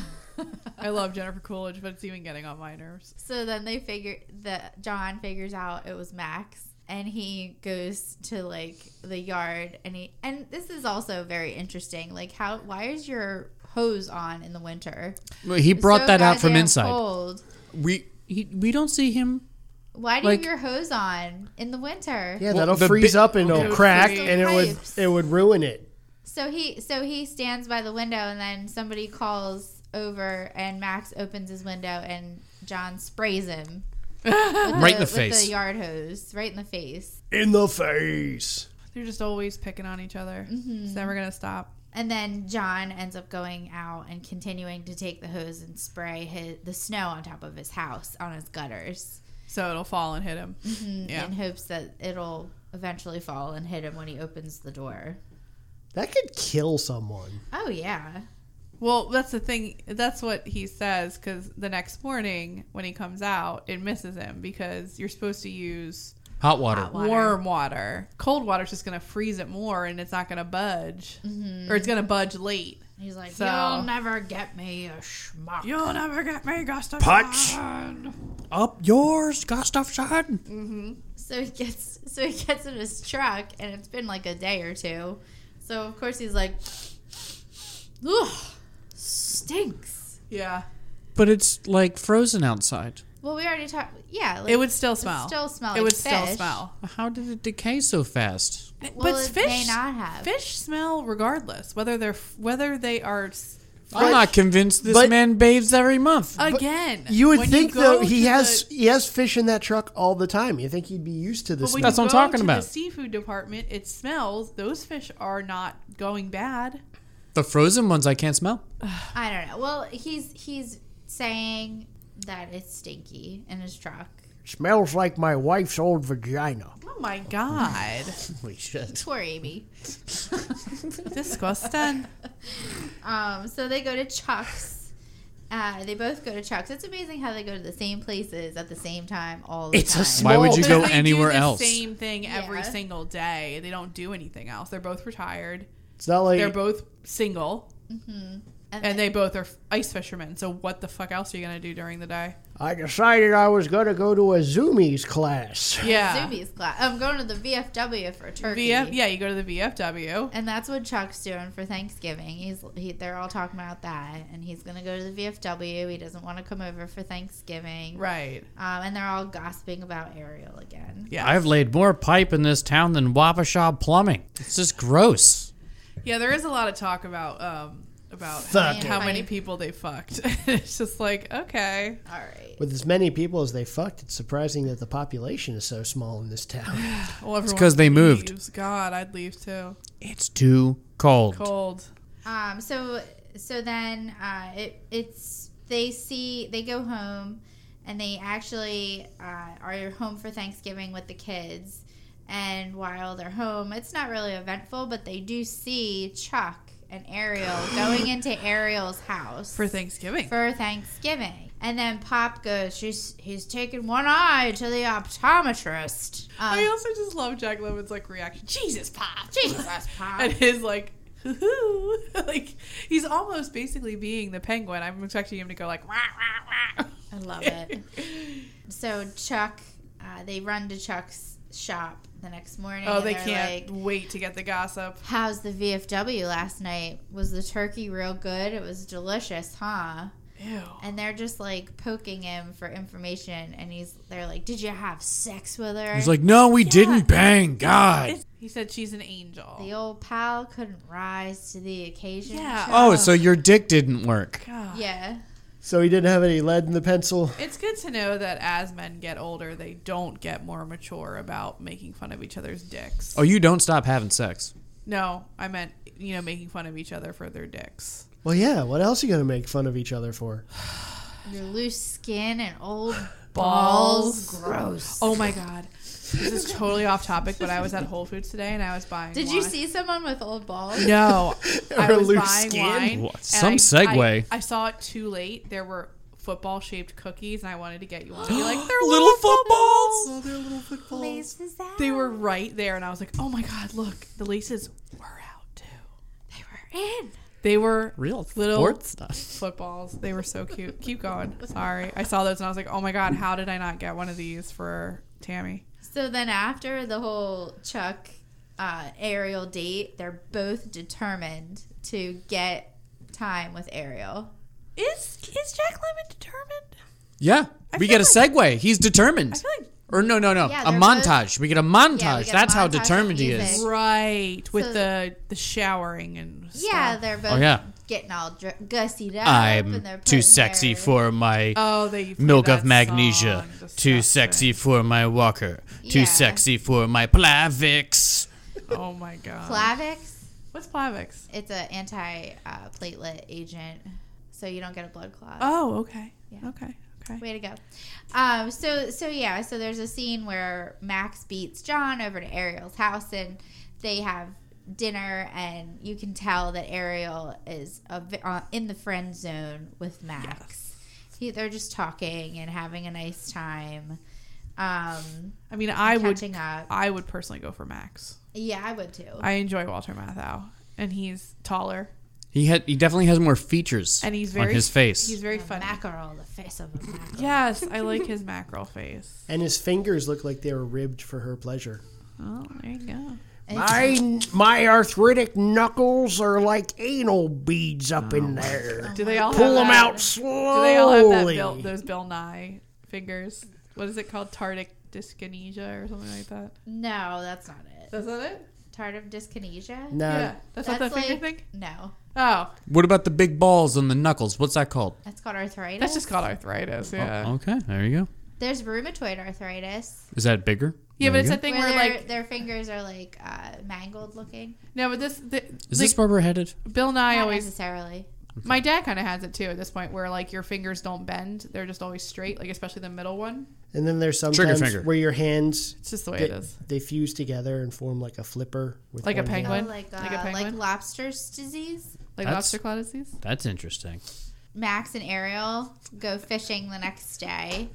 I love Jennifer Coolidge, but it's even getting on my nerves.
So then they figure that John figures out it was Max and he goes to like the yard and he and this is also very interesting like how why is your hose on in the winter
He brought
So
that out from
goddamn
inside.
cold.
We he, we don't see him.
why do
Like-
you have your hose on in the winter
Yeah,
Well,
that'll
the
freeze
bi-
up and it'll
Okay.
crack
Freeze.
and it would,
Pipes.
it would ruin it.
so he so he stands by the window and then somebody calls over and max opens his window and john sprays him
Right in the
with
face.
the yard hose right in the face
In the face.
They're just always picking on each other. It's never gonna stop.
And then John ends up going out and continuing to take the hose and spray his, the snow on top of his house on his gutters
So it'll fall Mm-hmm. and hit him. Yeah.
in hopes that it'll eventually fall and hit him when he opens the door.
That could kill someone.
Oh yeah,
Well, that's the thing. That's what he says because the next morning when he comes out, it misses him because you're supposed to use
Hot water.
water. warm water. Cold water's just gonna freeze it more, and it's not gonna budge, or it's gonna budge late.
he's like,
So-
"You'll never get me a schmuck."
You'll never get me, Gustav. Punch.
Up yours, Gustav Schad.
So he gets so he gets in his truck, and it's been like a day or two. So of course he's like, "Ugh, stinks."
Yeah,
But it's like frozen outside.
Well, we already talked. Yeah, like,
it would still smell.
still smell
It
like
would still
fish.
smell.
How did it decay so fast?
Well,
but
it
fish
may not have.
Fish smell regardless whether they're whether they are s-
I'm not convinced this
but-
man bathes every month.
again.
You would
when
think
go
though he
to
has
the-
he has fish in that truck all the time. You think he'd be used to
but
this?
when
now.
That's
you
what I'm
go
talking
to
about.
The seafood department, it smells. Those fish are not going bad.
The frozen ones I can't smell.
I don't know. Well, he's he's saying that it's stinky in his truck.
Smells like my wife's old vagina.
Oh my god,
Holy shit.
Poor Amy.
disgusting.
Um, so they go to Chuck's. Uh, they both go to Chuck's. It's amazing how they go to the same places at the same time all the
It's a
time.
small- Why would you go
They do
anywhere
the
else?
Same thing every
Yeah.
single day. They don't do anything else. They're both retired.
It's not like
They're both single,
and
and they both are f- ice fishermen. So what the fuck else are you gonna do during the day?
I decided I was gonna go to a Zoomies class.
Yeah,
Zoomies class. I'm going to the VFW for turkey.
VF. Yeah, you go to the VFW.
And that's what Chuck's doing for Thanksgiving. He's he, they're all talking about that, and he's gonna go to the VFW. He doesn't want to come over for Thanksgiving,
Right.
Um, and they're all gossiping about Ariel again.
Yeah.
I've laid more pipe in this town than Wabasha plumbing. It's just gross.
Yeah, there is a lot of talk about um about
Fuck
how
it.
many people they fucked. it's just like okay,
All right.
With as many people as they fucked, it's surprising that the population is so small in this town.
well, it's
'cause they moved.
God, I'd leave too.
It's too cold.
Cold.
Um, so so then uh, it it's they see they go home, and they actually uh, are home for Thanksgiving with the kids. And while they're home, it's not really eventful, but they do see Chuck and Ariel going into Ariel's house
for Thanksgiving.
for Thanksgiving. And then Pop goes, she's he's taking one eye to the optometrist. Um,
I also just love Jack Lemon's like reaction. Jesus pop.
Jesus, Pop.
and his like hoo-hoo. like he's almost basically being the penguin. I'm expecting him to go like wah, wah, wah.
I love it. so Chuck, uh, they run to Chuck's shop the next morning.
Oh,
and
they
they're
can't
Like,
wait to get the gossip.
How's the VFW last night? Was the turkey real good? It was delicious, huh?
Ew.
And they're just like poking him for information, and he's they're like, "Did you have sex with her?"
He's like, no, we didn't bang. God.
He said she's an
the
angel.
old pal couldn't rise to the occasion.
Yeah.
Chuck."
Oh, so your dick didn't work.
God.
yeah.
so he didn't have any lead in the pencil.
It's good to know that as men get older, they don't get more mature about making fun of each other's dicks.
Oh, you don't stop having sex.
No, I meant, you know, making fun of each other for their dicks.
Well, yeah. What else are you gonna make fun of each other for?
Your loose skin and old
Balls.
balls. Gross.
Oh my god. This is totally off topic, but I was at Whole Foods today and I was buying
Did you
wine.
see someone with old balls?
No. I
Or
was
loose
buying
skin?
wine.
What?
and
Some
I-
segue.
I, I saw it too late. There were football shaped cookies and I wanted to get you one. You're like, they're
Little footballs.
They were right there, and I was like, "Oh my god, look, the laces were out too. They were in. They were
Real
little
sports stuff.
footballs. They were so cute. Keep going. Sorry, I saw those and I was like, "Oh my god, how did I not get one of these for Tammy?"
So then after the whole Chuck uh, Ariel date, they're both determined to get time with Ariel.
Is is Jack Lemon determined?
Yeah, we
feel
get a segue. He's determined.
I feel like
or no, no, no,
Yeah,
a
they're
montage. we get a montage.
Yeah, we get a
That's how
montage of
determined he
music.
is.
right with
So-
the the showering and stuff.
Yeah, they're both
Oh, yeah.
getting all dr- gussied up.
I'm
and they're
too
putting
sexy
their-
for my
Oh, they play
milk of
that
magnesia.
song.
Too
Disgusting.
sexy for my walker.
Yeah.
Too sexy for my Plavix.
Oh my god.
Plavix.
What's Plavix?
It's an anti-platelet agent, so you don't get a blood clot.
Oh, okay.
Yeah.
Okay. Okay.
Way to go. Um, so so yeah, so there's a scene where Max beats John over to Ariel's house and they have dinner and you can tell that Ariel is a, vi- uh, in the friend zone with Max. He, they're just talking and having a nice time. Um,
I mean, I would
catching up.
I would personally go for Max.
Yeah, I would too.
I enjoy Walter Matthau, and he's taller
He had. He definitely has more features.
and he's very
on his face.
He's very
A
funny.
Mackerel, the face of a mackerel.
yes, I like his mackerel face.
And his fingers look like they were ribbed for her pleasure.
Oh, there you go.
My my arthritic knuckles are like anal beads up
Oh
in there.
Do they all
Pull
have
them
that-
out slowly.
Do they all have that Bill, those Bill Nye fingers? What is it called? Tardic dyskinesia or something like that.
No, that's not it.
Is that it?
Tardive dyskinesia.
Uh,
no,
yeah, that's, not that finger thing.
No,
Oh,
what about the big balls and the knuckles? What's that called?
that's called arthritis.
that's just called arthritis.
Uh-huh.
Yeah.
Okay, there you go.
There's rheumatoid arthritis.
Is that bigger?
Yeah, but
There
it's
you
that
go.
thing
where
where
their,
like
their fingers are like uh, mangled looking.
no, but this the,
Is
like,
this where we're headed?
Bill Nye
Not
always
necessarily.
My dad kind of has it too at this point, where like your fingers don't bend; they're just always straight. Like especially the middle one.
And then there's
Trigger
sometimes
finger.
where your hands
It's just the way
they,
it is.
they fuse together and form like a flipper with
Like a
one hand.
penguin?
like uh,
Like a
like,
penguin?
lobster's disease.
Like
That's-
lobster codices?
That's interesting.
Max and Ariel go fishing the next day,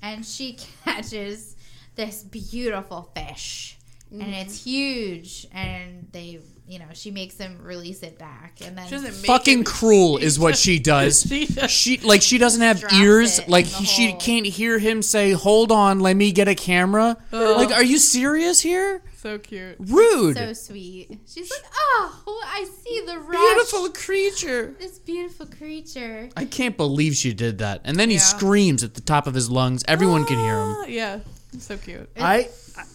and she catches this beautiful fish.
Mm-hmm.
And it's huge, and they, you know, she makes them release it back, and then
She doesn't make
Fucking
it.
cruel is what she does.
She does.
she like she doesn't have
Drops it
ears.
in
Like
the
he- she
hole.
can't hear him say, "Hold on, let me get a camera." Like, are you serious here?
So cute.
Rude.
so sweet. She's like, oh, I see the rush.
Beautiful creature.
This beautiful creature.
I can't believe she did that. And then he
Yeah.
screams at the top of his lungs. Everyone can hear him.
Ah, Yeah. So cute.
I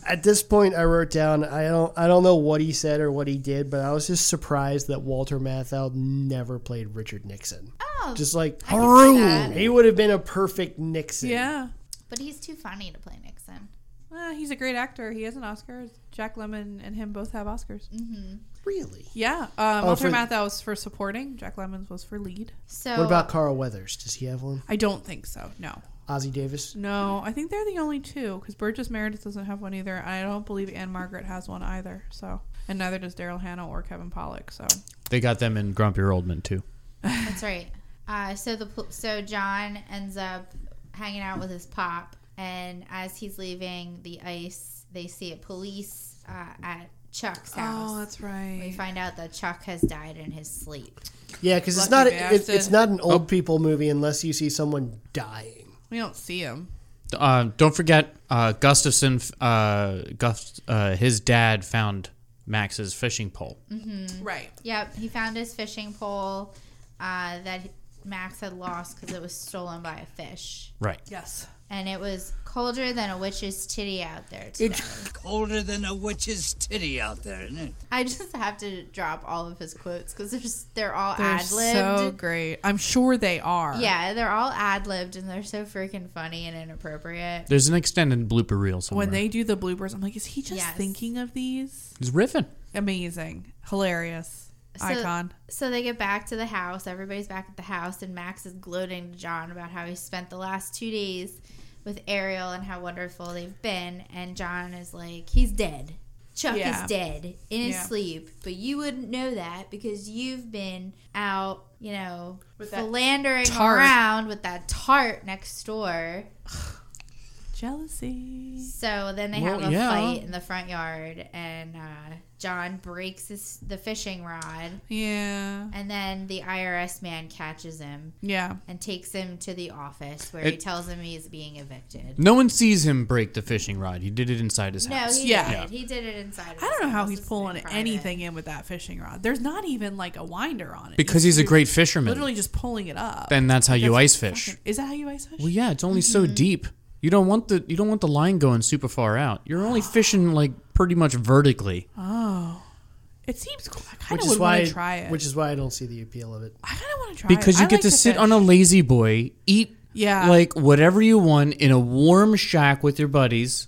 at this point I wrote down I don't I don't know what he said or what he did, but I was just surprised that Walter Matthau never played Richard Nixon.
Oh,
Just like
I can see that.
he would have been a perfect Nixon.
Yeah.
Oh, but he's too funny to play Nixon.
Ah, he's a great actor. He has an Oscar. Jack Lemmon and him both have Oscars.
Really.
Yeah. Um, Walter
for-
Matthau was for supporting. Jack Lemmon's was for lead.
So
What about Carl Weathers? Does he have one?
I don't think so. No.
Ozzie Davis.
No. I think they're the only two because Burgess Meredith doesn't have one either. I don't believe Anne Margaret has one either. So, and neither does Daryl Hannah or Kevin Pollak. So,
They got them in Grumpier Old Men too.
That's right. Uh, so the pl- so John ends up hanging out with his pop, and as he's leaving the ice, they see a police uh, at Chuck's
Oh,
house. We
right.
find out that Chuck has died in his sleep.
Yeah, because it's not
Lucky
it,
bastard.
it's not an old people movie unless you see someone dying.
We don't see him.
Uh, don't forget uh, Gustafson. Uh, Gust, uh, his dad found Max's fishing pole.
Mm. Right.
Yep, he found his fishing pole uh, that Max had lost because it was stolen by a fish,
Right.
Yes.
and it was colder than a witch's titty out there today.
It's colder than a witch's titty out there, isn't it?
I just have to drop all of his quotes because they're all
They're
ad libbed.
so great. I'm sure they are.
Yeah, they're all ad libbed and they're so freaking funny and inappropriate.
There's an extended blooper reel somewhere.
When they do the bloopers, I'm like, is he just
Yes.
thinking of these?
he's riffing.
Amazing. Hilarious.
So-
Icon.
So they get back to the house. Everybody's back at the house, and Max is gloating to John about how he spent the last two days with Ariel and how wonderful they've been. And John is like, he's dead. Chuck
Yeah.
is dead in his
Yeah.
sleep. But you wouldn't know that because you've been out, you know,
With that
philandering
tart.
around with that tart next door.
Jealousy.
So then they
Well,
have a
yeah.
fight in the front yard, and uh, John breaks his, the fishing rod,
Yeah.
and then the IRS man catches him
Yeah.
and takes him to the office where he
It-
tells him he's being evicted.
No one sees him break the fishing rod. He did it inside his
No,
house.
he
Yeah.
did. He did it inside. of
I
his
don't know how
house.
he's
It's
pulling
in private.
anything in with that fishing rod. There's not even like a winder on it.
because he's a great fisherman.
literally just pulling it up.
then that's how you
That's
ice fish.
fucking- Is that how you ice fish?
Well, yeah, it's only so deep. You don't want the you don't want the line going super far out. You're only fishing like pretty much vertically.
It seems cool. I kind
Which
of
is
would
why
want to try it.
Which is why I don't see the appeal of it.
I kind of want to try it.
because you
I
get
like
to sit
fish.
on a lazy boy, eat
Yeah.
like whatever you want in a warm shack with your buddies.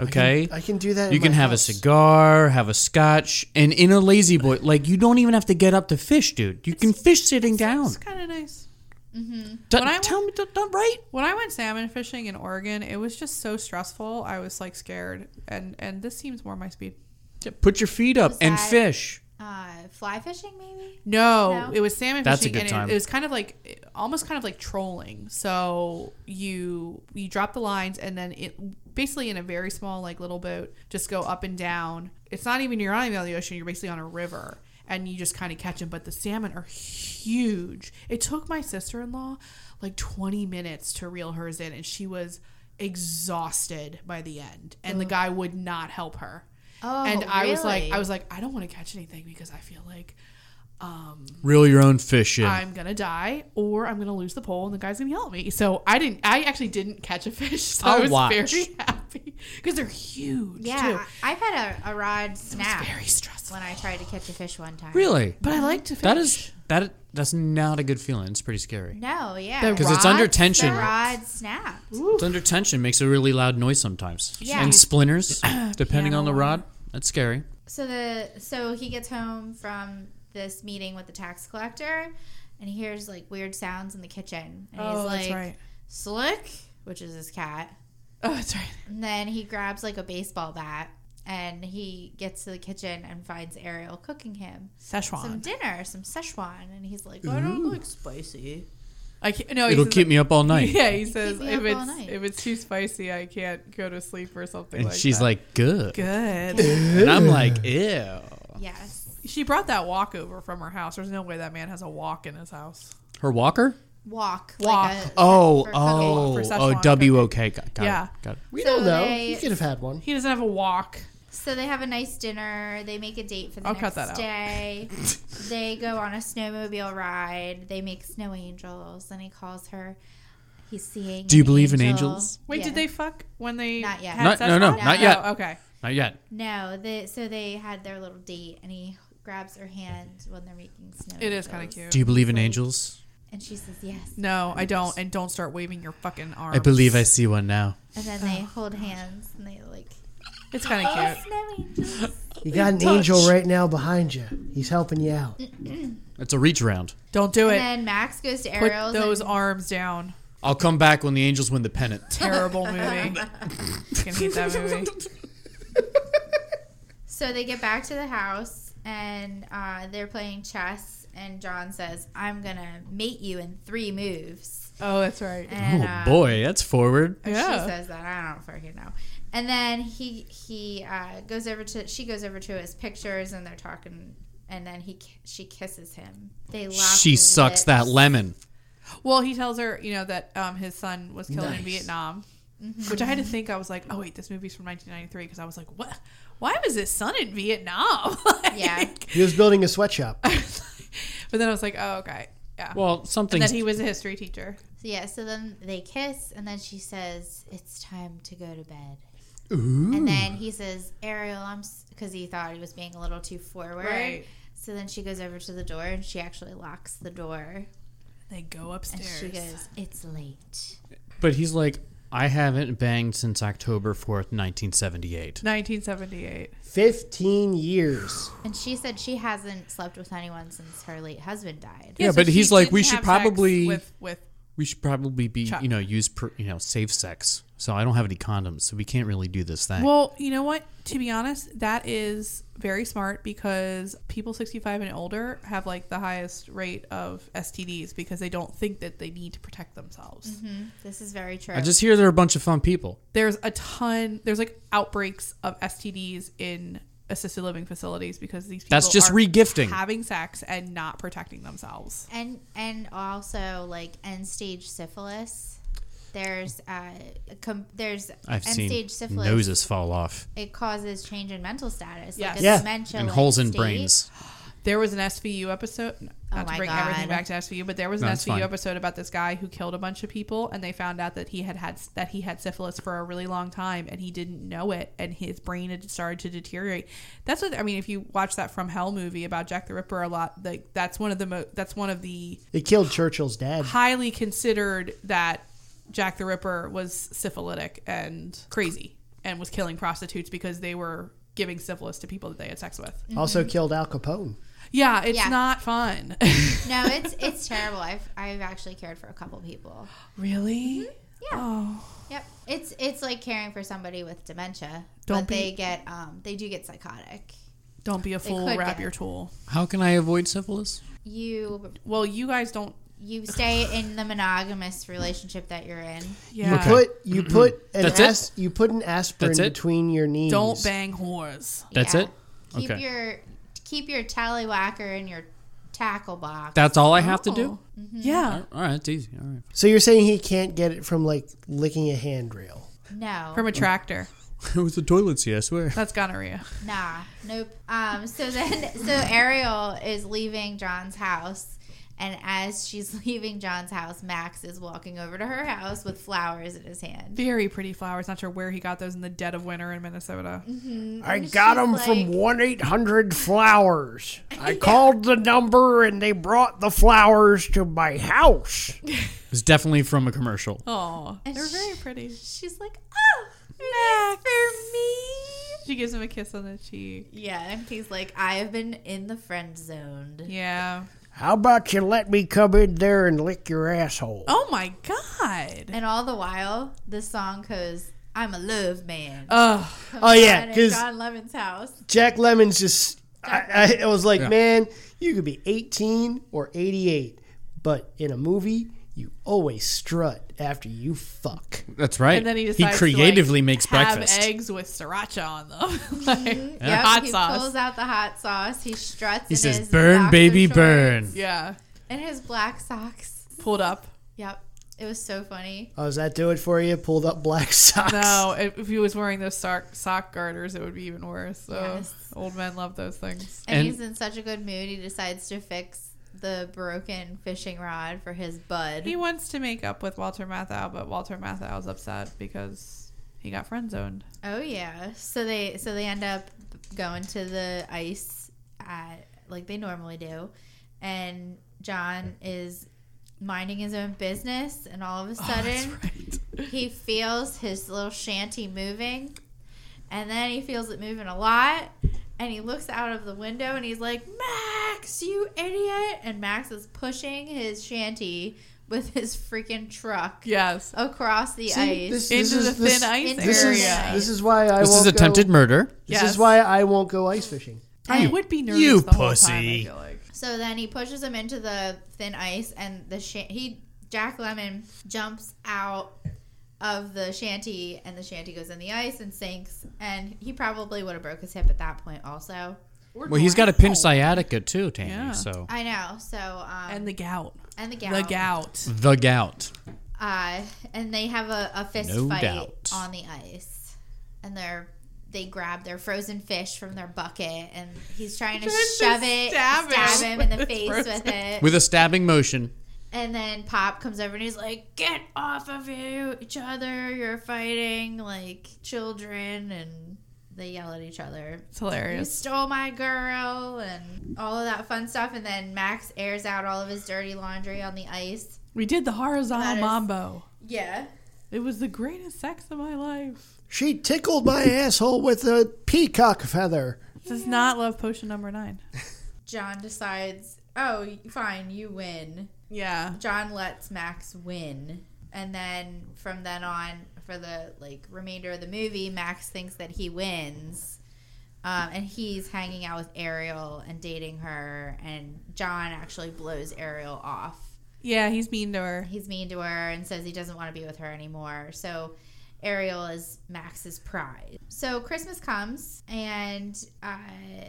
Okay,
I can do that.
you
in
can
my
have
house.
a cigar, have a scotch, and in a lazy boy, like you don't even have to get up to fish, dude. You can fish sitting down.
It's kind of nice.
D-
when I
tell me, d- d- right?
When I went salmon fishing in Oregon, it was just so stressful. I was like scared, and and this seems more my speed.
Put your feet up and
that-
fish.
Uh, fly fishing, maybe.
No,
No?
it was salmon
That's a
fishing,
good
and
time.
It, it was kind of like almost kind of like trolling. So you you drop the lines, and then it basically in a very small like little boat, just go up and down. It's not even you're not even on the ocean; you're basically on a river, and you just kind of catch them. But the salmon are huge. It took my sister in law like 20 minutes to reel hers in, and she was exhausted by the end, and the guy would not help her.
Oh,
and I was like,
really?
I was like, I don't want to catch anything because I feel like
Reel your own fish in.
I'm gonna die or I'm gonna lose the pole and the guy's gonna yell at me. So I didn't. I actually didn't catch a fish. So i
I'll
was
watch.
very happy because they're huge.
Yeah,
too.
I, I've had a, a rod snap
very stressful.
when I tried to catch a fish one time.
really?
But I like to fish.
That is that. That's not a good feeling. It's pretty scary.
No, yeah,
'Cause
it's under
Rod
tension.
snapped. Rod snapped.
It's under tension makes a really loud noise sometimes.
Yeah.
And splinters, depending on the
Piano.
rod. That's scary.
So the so he gets home from this meeting with the tax collector, and he hears like weird sounds in the kitchen, and he's
Oh,
like,
that's right.
"Slick," which is his cat.
Oh, that's right.
And then he grabs like a baseball bat and he gets to the kitchen and finds Ariel cooking him some
Szechuan.
dinner, some Szechuan, and he's like, "Oh, "I don't like spicy."
I can't, no, he
It'll
says-
keep me up all night.
Oh, Yeah, he says
me
if
up all
it's
night."
if it's too spicy, I can't go to sleep or something.
And
like
she's
that.
like, good.
good.
And I'm like, ew.
Yes,
she brought that walk over from her house. There's no way that man has a walk in his house.
Her walker?
walk,
Walk.
Like a,
Oh,
for cooking.
oh,
for
oh,
Szechuan
W O K. Got, got
Yeah.
it. Got it.
We
So
don't know.
they-
you could have had one.
He doesn't have a walk.
So they have a nice dinner. They make a date for the
I'll cut
next
that out.
day. they go on a snowmobile ride. They make snow angels, and he calls her. He's seeing.
Do you
an
believe in
angel.
angels?
Wait,
Yeah.
did they fuck when they?
Not yet.
had
Not- no, no,
Szechuan?
not
No,
yet.
okay.
Not yet.
No, they, so they had their little date, and he grabs her hand when they're making snow.
It is kind of
angels.
cute.
Do you believe in angels?
And she says yes.
no, I don't. And don't start waving your fucking arms.
I believe I see one now.
And then they hold hands, and they like
It's kind of cute.
snow angels.
You got an angel right now behind you. He's helping you out.
It's a reach around.
Don't do
And
it.
then Max goes to
Put
Ariel's.
those
and,
arms down.
I'll come back when the angels win the pennant.
Terrible movie. Fucking hate that movie.
so they get back to the house, and uh, they're playing chess. And John says, "I'm gonna mate you in three moves."
Oh, that's right.
And,
Oh
uh,
boy, that's forward.
Or
Yeah.
She says that I don't fucking know. And then he he uh, goes over to she goes over to his pictures and they're talking. And then he ki- she kisses him. They lock
She sucks
lips.
that lemon.
Well, he tells her, you know, that um, his son was killed in Vietnam,
Mm-hmm.
which I had to think. I was like, oh wait, this movie's from 1993 because I was like, what? Why was his son in Vietnam? Like-
Yeah.
He was building a sweatshop.
But then I was like, oh okay, yeah.
Well,
and
something.
that he was a history teacher.
So, yeah. So then they kiss and then she says it's time to go to bed. And then he says Ariel, I'm because he thought he was being a little too forward.
Right.
So then she goes over to the door and she actually locks the door
They go
and
upstairs.
she goes, "It's late."
but he's like, I haven't banged since October fourth, nineteen seventy-eight.
1978.
15 years.
And she said she hasn't slept with anyone since her late husband died.
Yeah, but
she
he's like,
didn't
we should
have sex
probably-
with with
We should probably be, you know, use per, you know safe sex. So I don't have any condoms, so we can't really do this thing.
Well, you know what? To be honest, that is very smart because people 65 and older have like the highest rate of STDs because they don't think that they need to protect themselves.
Mm-hmm.
This is very true.
I just hear they're a bunch of fun people.
There's a ton, there's like outbreaks of STDs in assisted living facilities because these people
That's just
are
regifting.
having sex and not protecting themselves.
and and also like end stage syphilis. There's uh com- there's
I've
end
seen
stage syphilis.
noses fall off
It causes change in mental status,
Yes.
like a
Yeah.
dementia
and holes in
state.
brains.
There was an SVU episode. Not to
Oh my
bring
God.
everything back to SVU, but there was an
No, it's
SVU
fine.
episode about this guy who killed a bunch of people, and they found out that he had had that he had syphilis for a really long time, and he didn't know it, and his brain had started to deteriorate. That's what I mean. If you watch that From Hell movie about Jack the Ripper, a lot like that's one of the mo- that's one of the
They killed Churchill's dad.
highly considered that Jack the Ripper was syphilitic and crazy, and was killing prostitutes because they were giving syphilis to people that they had sex with.
Also killed Al Capone.
Yeah, it's
Mm. Yeah.
not fun.
No, it's it's terrible. I've I've actually cared for a couple people. Mm-hmm.
Really?
Yeah.
Oh.
Yep. It's it's like caring for somebody with dementia.
Don't
but
be-
they get um they do get psychotic.
Don't be a fool.
could
Wrap
get.
your tool.
How can I avoid syphilis?
You
Well, you guys don't.
you stay in the monogamous relationship that you're in.
Yeah.
Put you put an
Mm-hmm. That's it?
as, you put an aspirin
That's it?
between your knees.
Don't bang whores.
That's
Yeah.
it.
Keep
Okay.
your keep your tallywhacker in your tackle box.
That's all I have to do.
Oh.
Mm-hmm.
Yeah.
All right, it's easy. All right.
So you're saying he can't get it from like licking a handrail.
no,
From a tractor.
It was the toilet seat, I swear.
That's gonorrhea.
nah, nope. Um, so then, so Ariel is leaving John's house, and as she's leaving John's house, Max is walking over to her house with flowers in his hand.
Very pretty flowers. Not sure where he got those in the dead of winter in Minnesota.
Mm-hmm.
I got
she's 'em from like-
1 800 Flowers. I called the number and they brought the flowers to my house.
It's definitely from a commercial.
Oh, they're very pretty.
She's like, oh, Max, for me.
She gives him a kiss on the cheek.
Yeah, and he's like, I have been in the friend zoned.
Yeah.
How about you let me come in there and lick your asshole?
Oh my god.
And all the while, the song goes, I'm a love man.
Ugh.
Oh yeah,
at
because
John Levin's house.
Jack Lemon's just. I, I, I was like, man, you could be 18 or 88, but in a movie, you always strut after you fuck.
That's right.
And then he
he
decides
creatively
to, like,
makes
have
breakfast.
eggs with sriracha on them, like
Mm-hmm. Yep,
hot
he
sauce.
pulls out the hot sauce. He struts.
He
in
says,
his
"Burn,
boxer
baby,
shorts
burn."
yeah,
And his black socks.
pulled up.
Yep, it was so funny.
Oh, does that do it for you? Pulled up black socks.
No, if if he was wearing those sock, sock garters, it would be even worse. So
Yes.
old men love those things.
And,
And-
he's in such a good mood. He decides to fix the broken fishing rod for his bud.
He wants to make up with Walter Matthau, but Walter Matthau's upset because he got friend zoned.
Oh yeah. So they so they end up going to the ice at like they normally do, and John is minding his own business, and all of
Oh,
a sudden he feels his little shanty moving, and then he feels it moving a lot. And he looks out of the window and he's like, Max, you idiot! And Max is pushing his shanty with his freaking truck
Yes,
across the
See,
ice.
this-
into the
is-
thin
this-
ice
into
This
the
area.
is,
Area.
this is why I
This
won't
is attempted
go,
murder.
This
Yes.
is why I won't go ice fishing.
I would be nervous.
you
the whole time,
pussy.
I feel like.
So then he pushes him into the thin ice, and the sh- he Jack Lemon jumps out of the shanty, and the shanty goes in the ice and sinks. And he probably would have broke his hip at that point, also.
Well, he's got a pinched sciatica too, Tammy.
Yeah.
So
I know. So um,
and the gout.
and the gout.
The gout.
the gout.
Uh, and they have a, a fist
No
fight
doubt.
on the ice, and they're. They grab their frozen fish from their bucket, and he's trying to
Tries to
shove it,
stab
stab,
him
him in the
with
face
frozen-
with it.
With a stabbing motion.
And then Pop comes over and he's like, "Get off of you, each other! You're fighting like children!" And they yell at each other.
It's
You
hilarious.
stole my girl and all of that fun stuff. And then Max airs out all of his dirty laundry on the ice.
We did the horizontal
That is-
mambo.
Yeah.
It was the greatest sex of my life.
She tickled my asshole with a peacock feather.
Does not love potion number nine.
John decides, "Oh, fine, you win."
Yeah.
John lets Max win. And then from then on, for the like remainder of the movie, Max thinks that he wins. Um, and he's hanging out with Ariel and dating her. And John actually blows Ariel off.
Yeah, he's mean to her.
He's mean to her and says he doesn't want to be with her anymore. So Ariel is Max's pride. So Christmas comes and uh,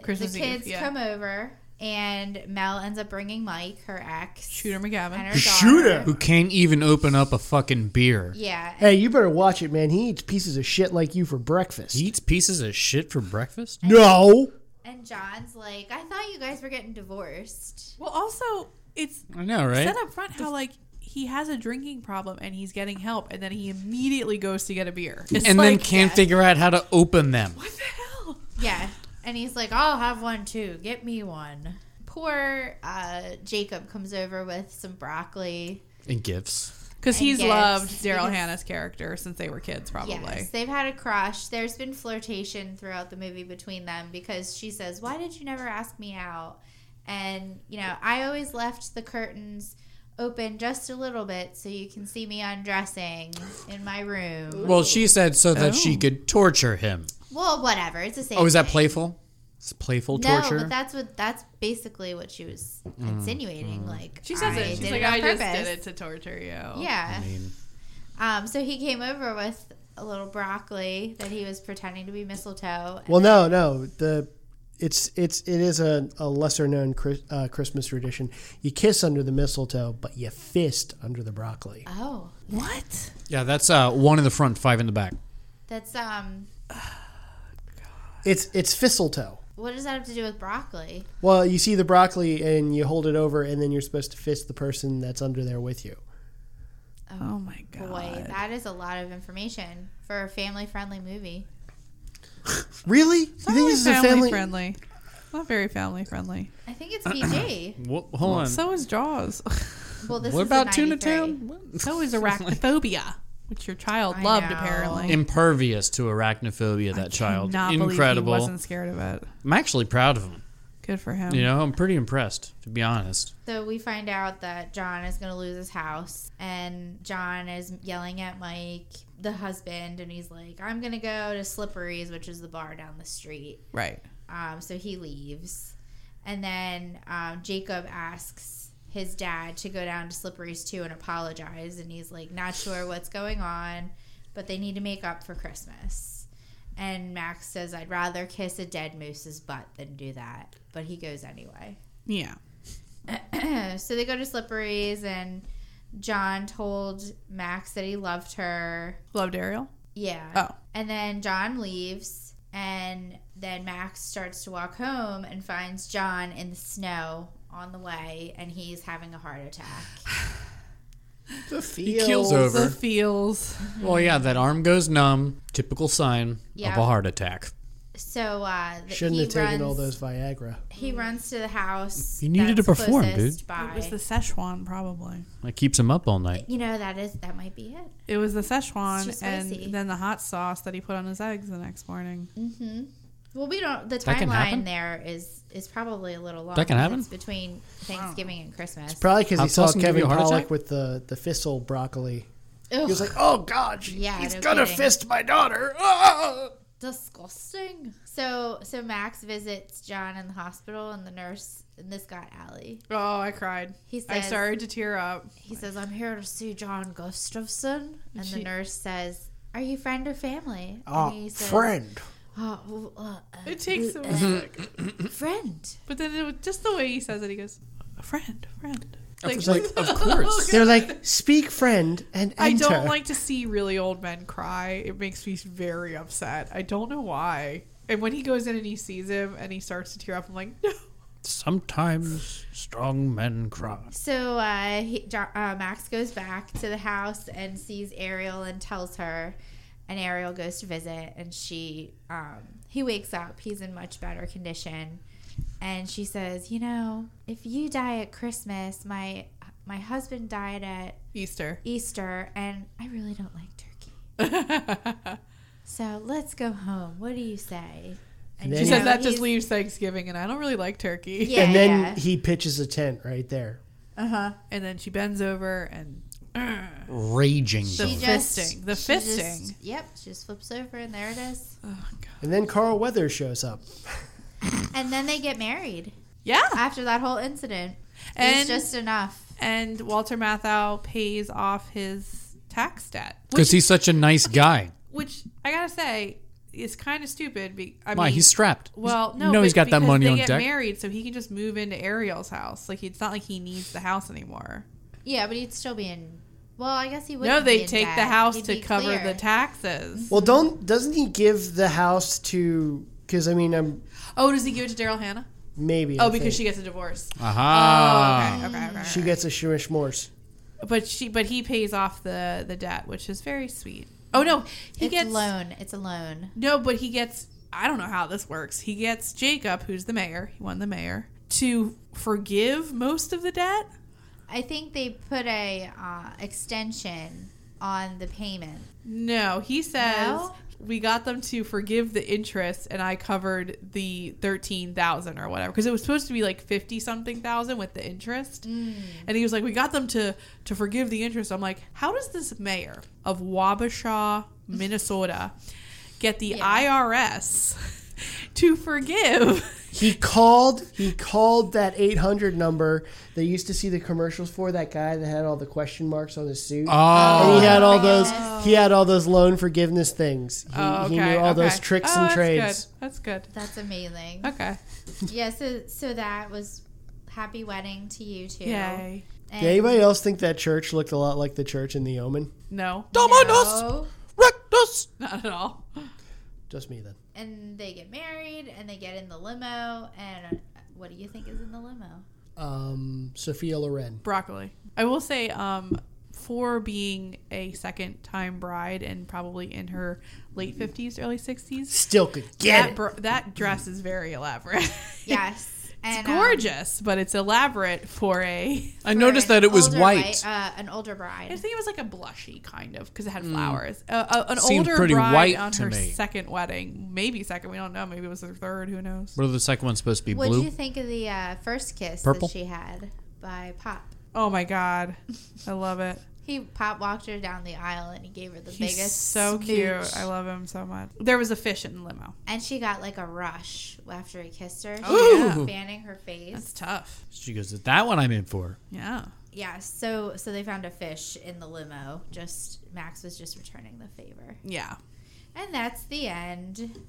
Christmas
the
Eve,
kids
yeah.
come over. And Mel ends up bringing Mike, her ex,
Shooter McGavin.
and her
Shooter.
daughter.
Who can't even open up a fucking beer.
Yeah,
Hey, you better watch it, man. He eats pieces of shit like you for breakfast.
He eats pieces of shit for breakfast?
no.
And John's like, I thought you guys were getting divorced.
Well, also, it's
I know, right?
said up front how, like, he has a drinking problem and he's getting help, and then he immediately goes to get a beer. It's
and then
like,
can't
yeah.
figure out how to open them.
what the hell?
Yeah. And he's like, I'll have one too. Get me one. Poor uh, Jacob comes over with some broccoli.
And gifts.
Because he's
gifts,
loved Daryl
because-
Hannah's character since they were kids, probably.
Yes, they've had a crush. There's been flirtation throughout the movie between them because she says, Why did you never ask me out? And, you know, I always left the curtains open just a little bit so you can see me undressing in my room.
Well, she said so that she could torture him.
Well, whatever. It's the same.
Oh, is that
thing.
playful? It's playful torture. Mm,
No, but that's what that's basically what she was insinuating. Like
She says
I
it. She's
did
like,
on
I just
purpose."
did it to torture you.
Yeah.
Oh, I mean,
Um. So he came over with a little broccoli that he was pretending to be mistletoe.
Well, no, no. The it's it's it is a, a lesser known Chris, uh, Christmas tradition. You kiss under the mistletoe, but you fist under the broccoli.
oh,
What?
yeah, that's uh, one in the front, five in the back.
that's um.
It's it's fistletoe.
What does that have to do with broccoli?
Well, you see the broccoli and you hold it over, and then you're supposed to fist the person that's under there with you.
Oh, my God.
Boy, that is a lot of information for a family-friendly movie.
Really? You
Not really family, friendly. Not very family friendly.
I think it's PG.
Well, hold on.
So is Jaws.
well, this
what
is
about Tuna
Town?
Town?
so is arachnophobia, which your child
I
loved
know.
apparently.
Impervious to arachnophobia, that child.
Not believe he
Incredible.
wasn't scared of it.
I'm actually proud of him.
Good for him.
You know, I'm pretty impressed, to be honest.
So we find out that John is going to lose his house, and John is yelling at Mike, the husband, and he's like, I'm going to go to Slippery's, which is the bar down the street.
Right.
Um, so he leaves. And then um, Jacob asks his dad to go down to Slippery's too and apologize. And he's like, not sure what's going on, but they need to make up for Christmas. And Max says, I'd rather kiss a dead moose's butt than do that. But he goes anyway.
Yeah.
so they go to Slippery's, and John told Max that he loved her.
Loved Ariel.
Yeah.
Oh.
And then John leaves, and then Max starts to walk home and finds John in the snow on the way, and he's having a heart attack.
The
He
feels.
keels
The
over.
feels.
Well, yeah, that arm goes numb. Typical sign
Yeah.
of a heart attack.
So uh, th-
Shouldn't
he
have taken
runs,
all those Viagra.
He runs to the house.
He needed to
that's
perform,
closest
dude.
By.
It was the Szechuan, probably.
It keeps him up all night.
you know that is that might be it.
It was the
It's
Szechuan
too spicy.
and then the hot sauce that he put on his eggs the next morning.
Well, we don't. The
That can happen?
timeline there is is probably a little long.
That can happen?
It's between Thanksgiving and Christmas.
Probably because he
Hot
saw
sauce can give
Kevin
you a heart
Pollak
attack?
with the, the thistle broccoli.
Ugh,
He was like, oh, God, she-
Yeah,
he's
no
gonna
kidding.
fist my daughter. Ah!
disgusting. So so Max visits John in the hospital, and the nurse. And this got Allie.
Oh, I cried.
He
I
says-
started to tear up.
He says, "I'm here to see John Gustafson," and
She-
the nurse says, "Are you friend or family?"
Ah,
and he says,
friend.
"Oh, uh, uh,
It takes a
friend."
But then it, was- just the way he says it, he goes, "A friend, friend." Like,
of course.
They're like, speak friend and enter.
I don't like to see really old men cry. It makes me very upset. I don't know why. And when he goes in and he sees him and he starts to tear up, I'm like, no.
Sometimes strong men cry.
So uh, he, Jo- uh, Max goes back to the house and sees Ariel and tells her, and Ariel goes to visit, and she um, he wakes up. He's in much better condition, and she says, "You know, if you die at Christmas, my my husband died at
Easter.
Easter, and I really don't like turkey. So let's go home. What do you say?" And
She
She
you
Yeah.
said
know,
that just
he's-
leaves Thanksgiving, and I don't really like turkey.
Yeah,
and then
yeah.
he pitches a tent right there.
Uh huh. And then she bends over and
Raging.
The
She just-
fisting. The
she just-
fisting.
yep, she just flips over, and there it is.
And then Carl Weathers shows up.
And then they get married.
yeah.
after that whole incident.
And
it's just enough.
and Walter Matthau pays off his tax debt,
Because
which,
he's such a nice guy.
which I gotta say is kind of stupid. Be, I
Why?
mean,
He's strapped.
Well,
He's-
no,
You know he's
but
got that
because
money
they
on
get
deck.
Married, so he can just move into Ariel's house. Like it's not like he needs the house anymore.
Yeah, but he'd still be in. Well, I guess he would.
no, they take the house to cover the taxes.
Mm-hmm.
Well, don't doesn't he give the house to? Because I mean, I'm
Oh, does he give it to Daryl Hannah?
maybe. I
Oh, because she
think.
gets a divorce.
Um, Aha.
Oh, okay, okay, okay,
she gets a shmish morse.
But she, but he pays off the the debt, which is very sweet. Oh no, he
It's
gets
loan. It's a loan.
No, but he gets. I don't know how this works. He gets Jacob, who's the mayor. He won the mayor to forgive most of the debt.
I think they put a uh, extension on the payment.
No, he says
No?
we got them to forgive the interest, and I covered the thirteen thousand or whatever because it was supposed to be like fifty something thousand with the interest. And he was like, "We got them to to forgive the interest." I'm like, "How does this mayor of Wabasha, Minnesota, get the IRS to forgive?"
He called. He called that 800 number they used to see the commercials for. That guy that had all the question marks on his suit.
Oh.
And he had all those. He had all those loan forgiveness things. He,
Oh,
he knew all those tricks
Oh,
and
that's
trades.
good. That's good.
That's amazing.
Okay.
yeah. So so that was happy wedding to you too.
Yay.
And
Did anybody else think that church looked a lot like the church in The Omen?
No,
no,
Rectus.
not at all.
Just me then.
and they get married and they get in the limo and uh, what do you think is in the limo?
Um, Sophia Loren.
Broccoli. I will say, um, for being a second time bride and probably in her late fifties, early sixties,
Still could get
that
it.
br- that dress is very elaborate.
Yes.
It's
And, um,
gorgeous, but it's elaborate for a.
I
for
noticed
an
that it was
older
white.
bri- uh, an older bride.
I think it was like a blushy kind of because it
Mm.
had flowers. Uh, uh, an
Seemed
older
pretty
bride
white
on
to
her
me.
second wedding, maybe second. We don't know. Maybe it was her third. Who knows?
What are the second ones supposed to be?
What
blue.
did you think of the uh, first kiss
Purple?
that she had by Pop?
Oh my god, I love it.
He Pop walked her down the aisle and he gave her the
He's
biggest
so
smooch.
cute. I love him so much. There was a fish in the limo.
and she got like a rush after he kissed her. She
Ooh.
was fanning her face.
That's tough.
she goes, "That one I'm in for."
Yeah.
yeah, so so they found a fish in the limo. Just Max was just returning the favor.
Yeah.
And that's the end.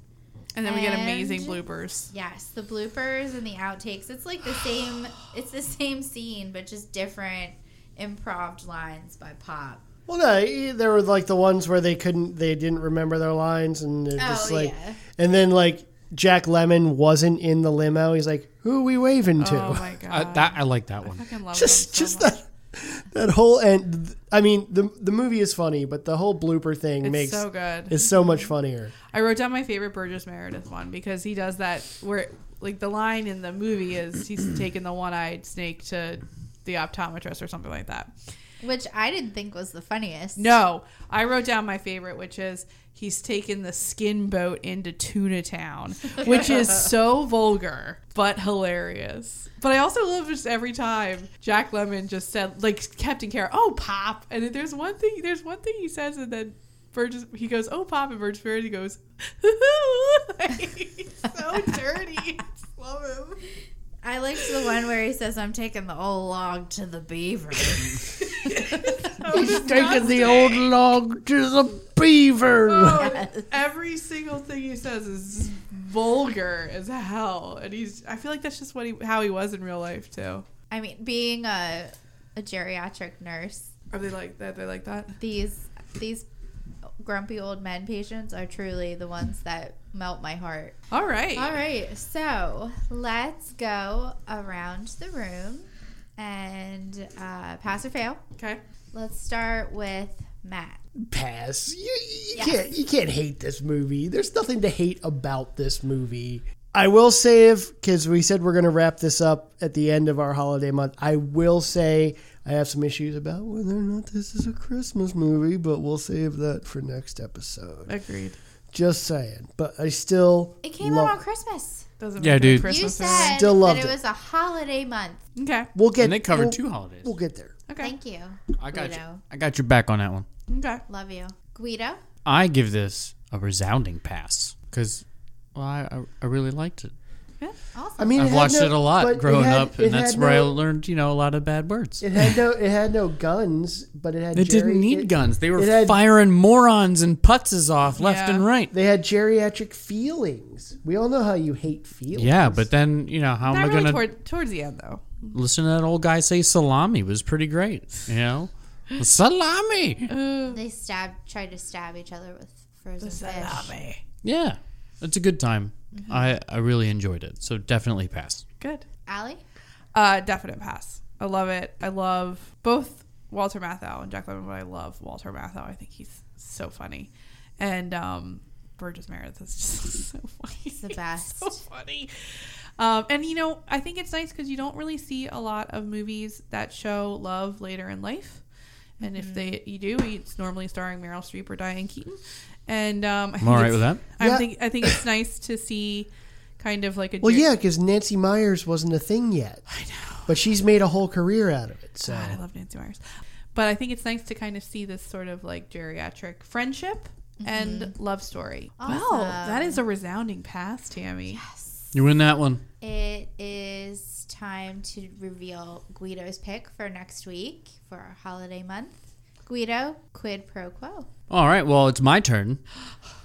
And then we get amazing
And-
bloopers.
Yes, the bloopers and the outtakes. It's like the same it's the same scene but just different improv lines by Pop.
Well, no, eh, there were like the ones where they couldn't, they didn't remember their lines, and they're
Oh,
just like,
yeah.
and then like Jack Lemon wasn't in the limo. He's like, "Who are we waving to?"
Oh my god.
I, that I like that
I
one.
fucking love them
just,
so
just
much.
that, that whole end. I mean, the the movie is funny, but the whole blooper thing
It's
makes
so good.
is so much funnier.
I wrote down my favorite Burgess Meredith one because he does that where like the line in the movie is he's taking the one-eyed snake to the optometrist or something like that.
Which I didn't think was the funniest.
No, I wrote down my favorite, which is he's taken the skin boat into Tuna Town, which is so vulgar but hilarious. But I also love just every time Jack Lemon just said like Captain Carrot, "Oh pop," and then there's one thing, there's one thing he says, and then Burgess he goes, "Oh pop," and Burgess Meredith goes, like, so dirty. I just love him.
I liked the one where he says, "I'm taking the old log to the beaver."
He's
Taking the old log to the beaver.
Oh. Every single thing he says is vulgar as hell, and he's—I feel like that's just what he, how he was in real life too.
I mean, being a a geriatric nurse,
Are they like that? They like that?
these these grumpy old men patients are truly the ones that melt my heart.
All right.
All right, so let's go around the room and uh, pass or fail.
Okay.
Let's start with Matt.
Pass. You, you can't you can't hate this movie. There's nothing to hate about this movie. I will say if because we said we're going to wrap this up at the end of our holiday month. I will say I have some issues about whether or not this is a Christmas movie, but we'll save that for next episode.
Agreed.
Just saying. But I still
It came
love-
out on Christmas.
Doesn't
Yeah,
make me
dude.
You
Christmas
said
movie.
Still loved
that it
it.
was a holiday month.
Okay.
We'll get
And they covered
we'll-
two holidays.
We'll get there.
Okay.
Thank you.
I got you.
Guido.
I got your back on that one.
Okay.
Love you, Guido.
I give this a resounding pass because well, I, I I really liked it.
Awesome.
I mean,
I've
had
watched
no-
it a
but
lot
it
growing
had-
up,
it
and that's
had
where I
no-
learned you know a lot of bad words.
It
It,
had no it had no guns, but it had. Jerry,
didn't need
it-
guns. They were
it had-
firing morons and putzes off left
Yeah.
and right.
They had geriatric feelings. We all know how you hate feelings.
Yeah, but then you know how
Not
am I
really
gonna
toward, towards the end though.
listen to that old guy say salami was pretty great. You know, salami.
They stabbed, tried to stab each other with frozen fish.
Yeah, it's a good time.
Mm-hmm.
I I really enjoyed it. So definitely pass.
Good.
Allie?
Uh, definite pass. I love it. I love both Walter Matthau and Jack Lemmon, but I love Walter Matthau. I think he's so funny, and um, Burgess Meredith is just so funny. He's
the best.
so funny. Um, and you know, I think it's nice because you don't really see a lot of movies that show love later in life. And if they you do, it's normally starring Meryl Streep or Diane Keaton. And um, I think
I'm all right
it's-
with that.
I
Yeah.
think I think it's nice to see kind of like a
Well,
ger-
yeah, because Nancy Myers wasn't a thing yet. I know. But she's made a whole career out of it. So
God, I love Nancy Myers. But I think it's nice to kind of see this sort of like geriatric friendship and
Mm-hmm.
love story. Wow, that is a resounding pass, Tammy.
You win that one.
It is time to reveal Guido's pick for next week for our holiday month. Guido, quid pro quo.
All right. Well, it's my turn.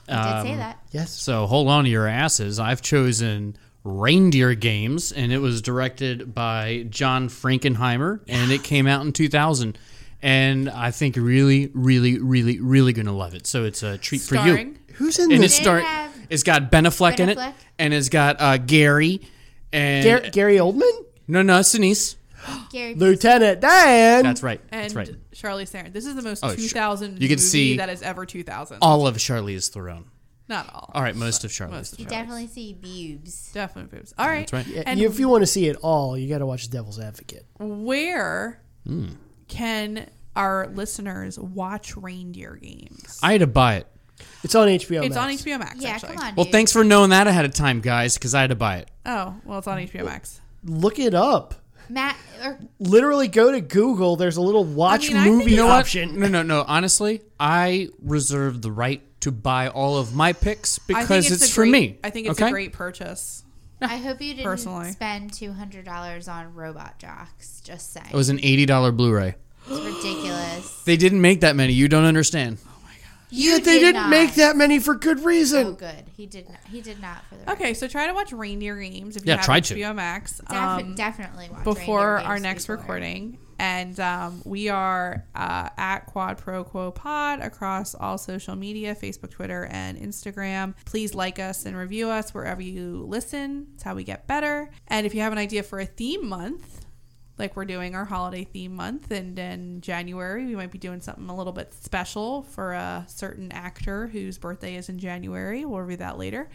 I did say that.
yes,
So hold on to your asses. I've chosen Reindeer Games, and it was directed by John Frankenheimer, and it came out in 2000. And I think you're really, really, really, really gonna love it. So it's a treat for you.
Starring
who's in
and
this?
it's start.
have-
It's got Ben Affleck, in
Affleck?
it, and it's got uh, Gary and
Gar- Gary Oldman,
no, no, it's Denise.
Gary,
Lieutenant Dan.
That's right.
and
That's right.
Charlize Theron. This is the most
Oh, sh-
2000
you can
movie
see-
that is ever 2000.
All of Charlize Theron.
Not all.
All right, most of Charlie's.
Most of Charlie's.
Definitely see boobs.
Definitely boobs. All right.
right.
Yeah,
And
if you want to see it all, you got to watch Devil's Advocate.
where
Hmm.
can our listeners watch reindeer games?
I had to buy it.
It's on HBO.
it's on
Max.
HBO Max.
Yeah,
actually.
come on.
Well,
dude.
thanks for knowing that ahead of time, guys, because I had to buy it.
Oh, well, it's on HBO Max.
Look it up.
Matt. Or
Literally, go to Google. There's a little watch
I mean, I
movie
think- You know
what?
option.
No, no, no. Honestly, I reserve the right to buy all of my
I
picks
think
because it's,
a
for
great-
me.
I think it's
okay?
a great purchase.
I hope you didn't
Personally.
spend two hundred dollars on robot jocks. Just saying,
It was an eighty dollar Blu-ray.
it's ridiculous.
They didn't make that many. You don't understand.
You
They
did
didn't
not.
make that many for good
Oh,
reason.
good. He did not. He did not for the
Okay, so try to watch reindeer games if you
Yeah,
have
try to.
HBO Max.
Defi-
um,
definitely watch
before
Reindeer
our
Games
next
before.
recording. And um, we are uh, at Quad Pro Quo Pod across all social media Facebook, Twitter, and Instagram. Please like us and review us wherever you listen. It's how we get better. And if you have an idea for a theme month, like we're doing our holiday theme month, and in January, we might be doing something a little bit special for a certain actor whose birthday is in January. We'll review that later.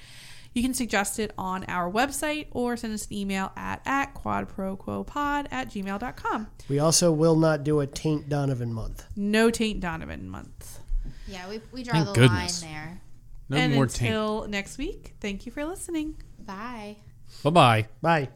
You can suggest it on our website or send us an email at, at quadproquopod at gmail.com.
We also will not do a Taint Donovan month.
No Taint Donovan month.
Yeah, we, we draw
Thank
the
goodness.
line there.
No
and
more tank.
until next week, thank you for listening.
Bye.
Bye bye.
Bye.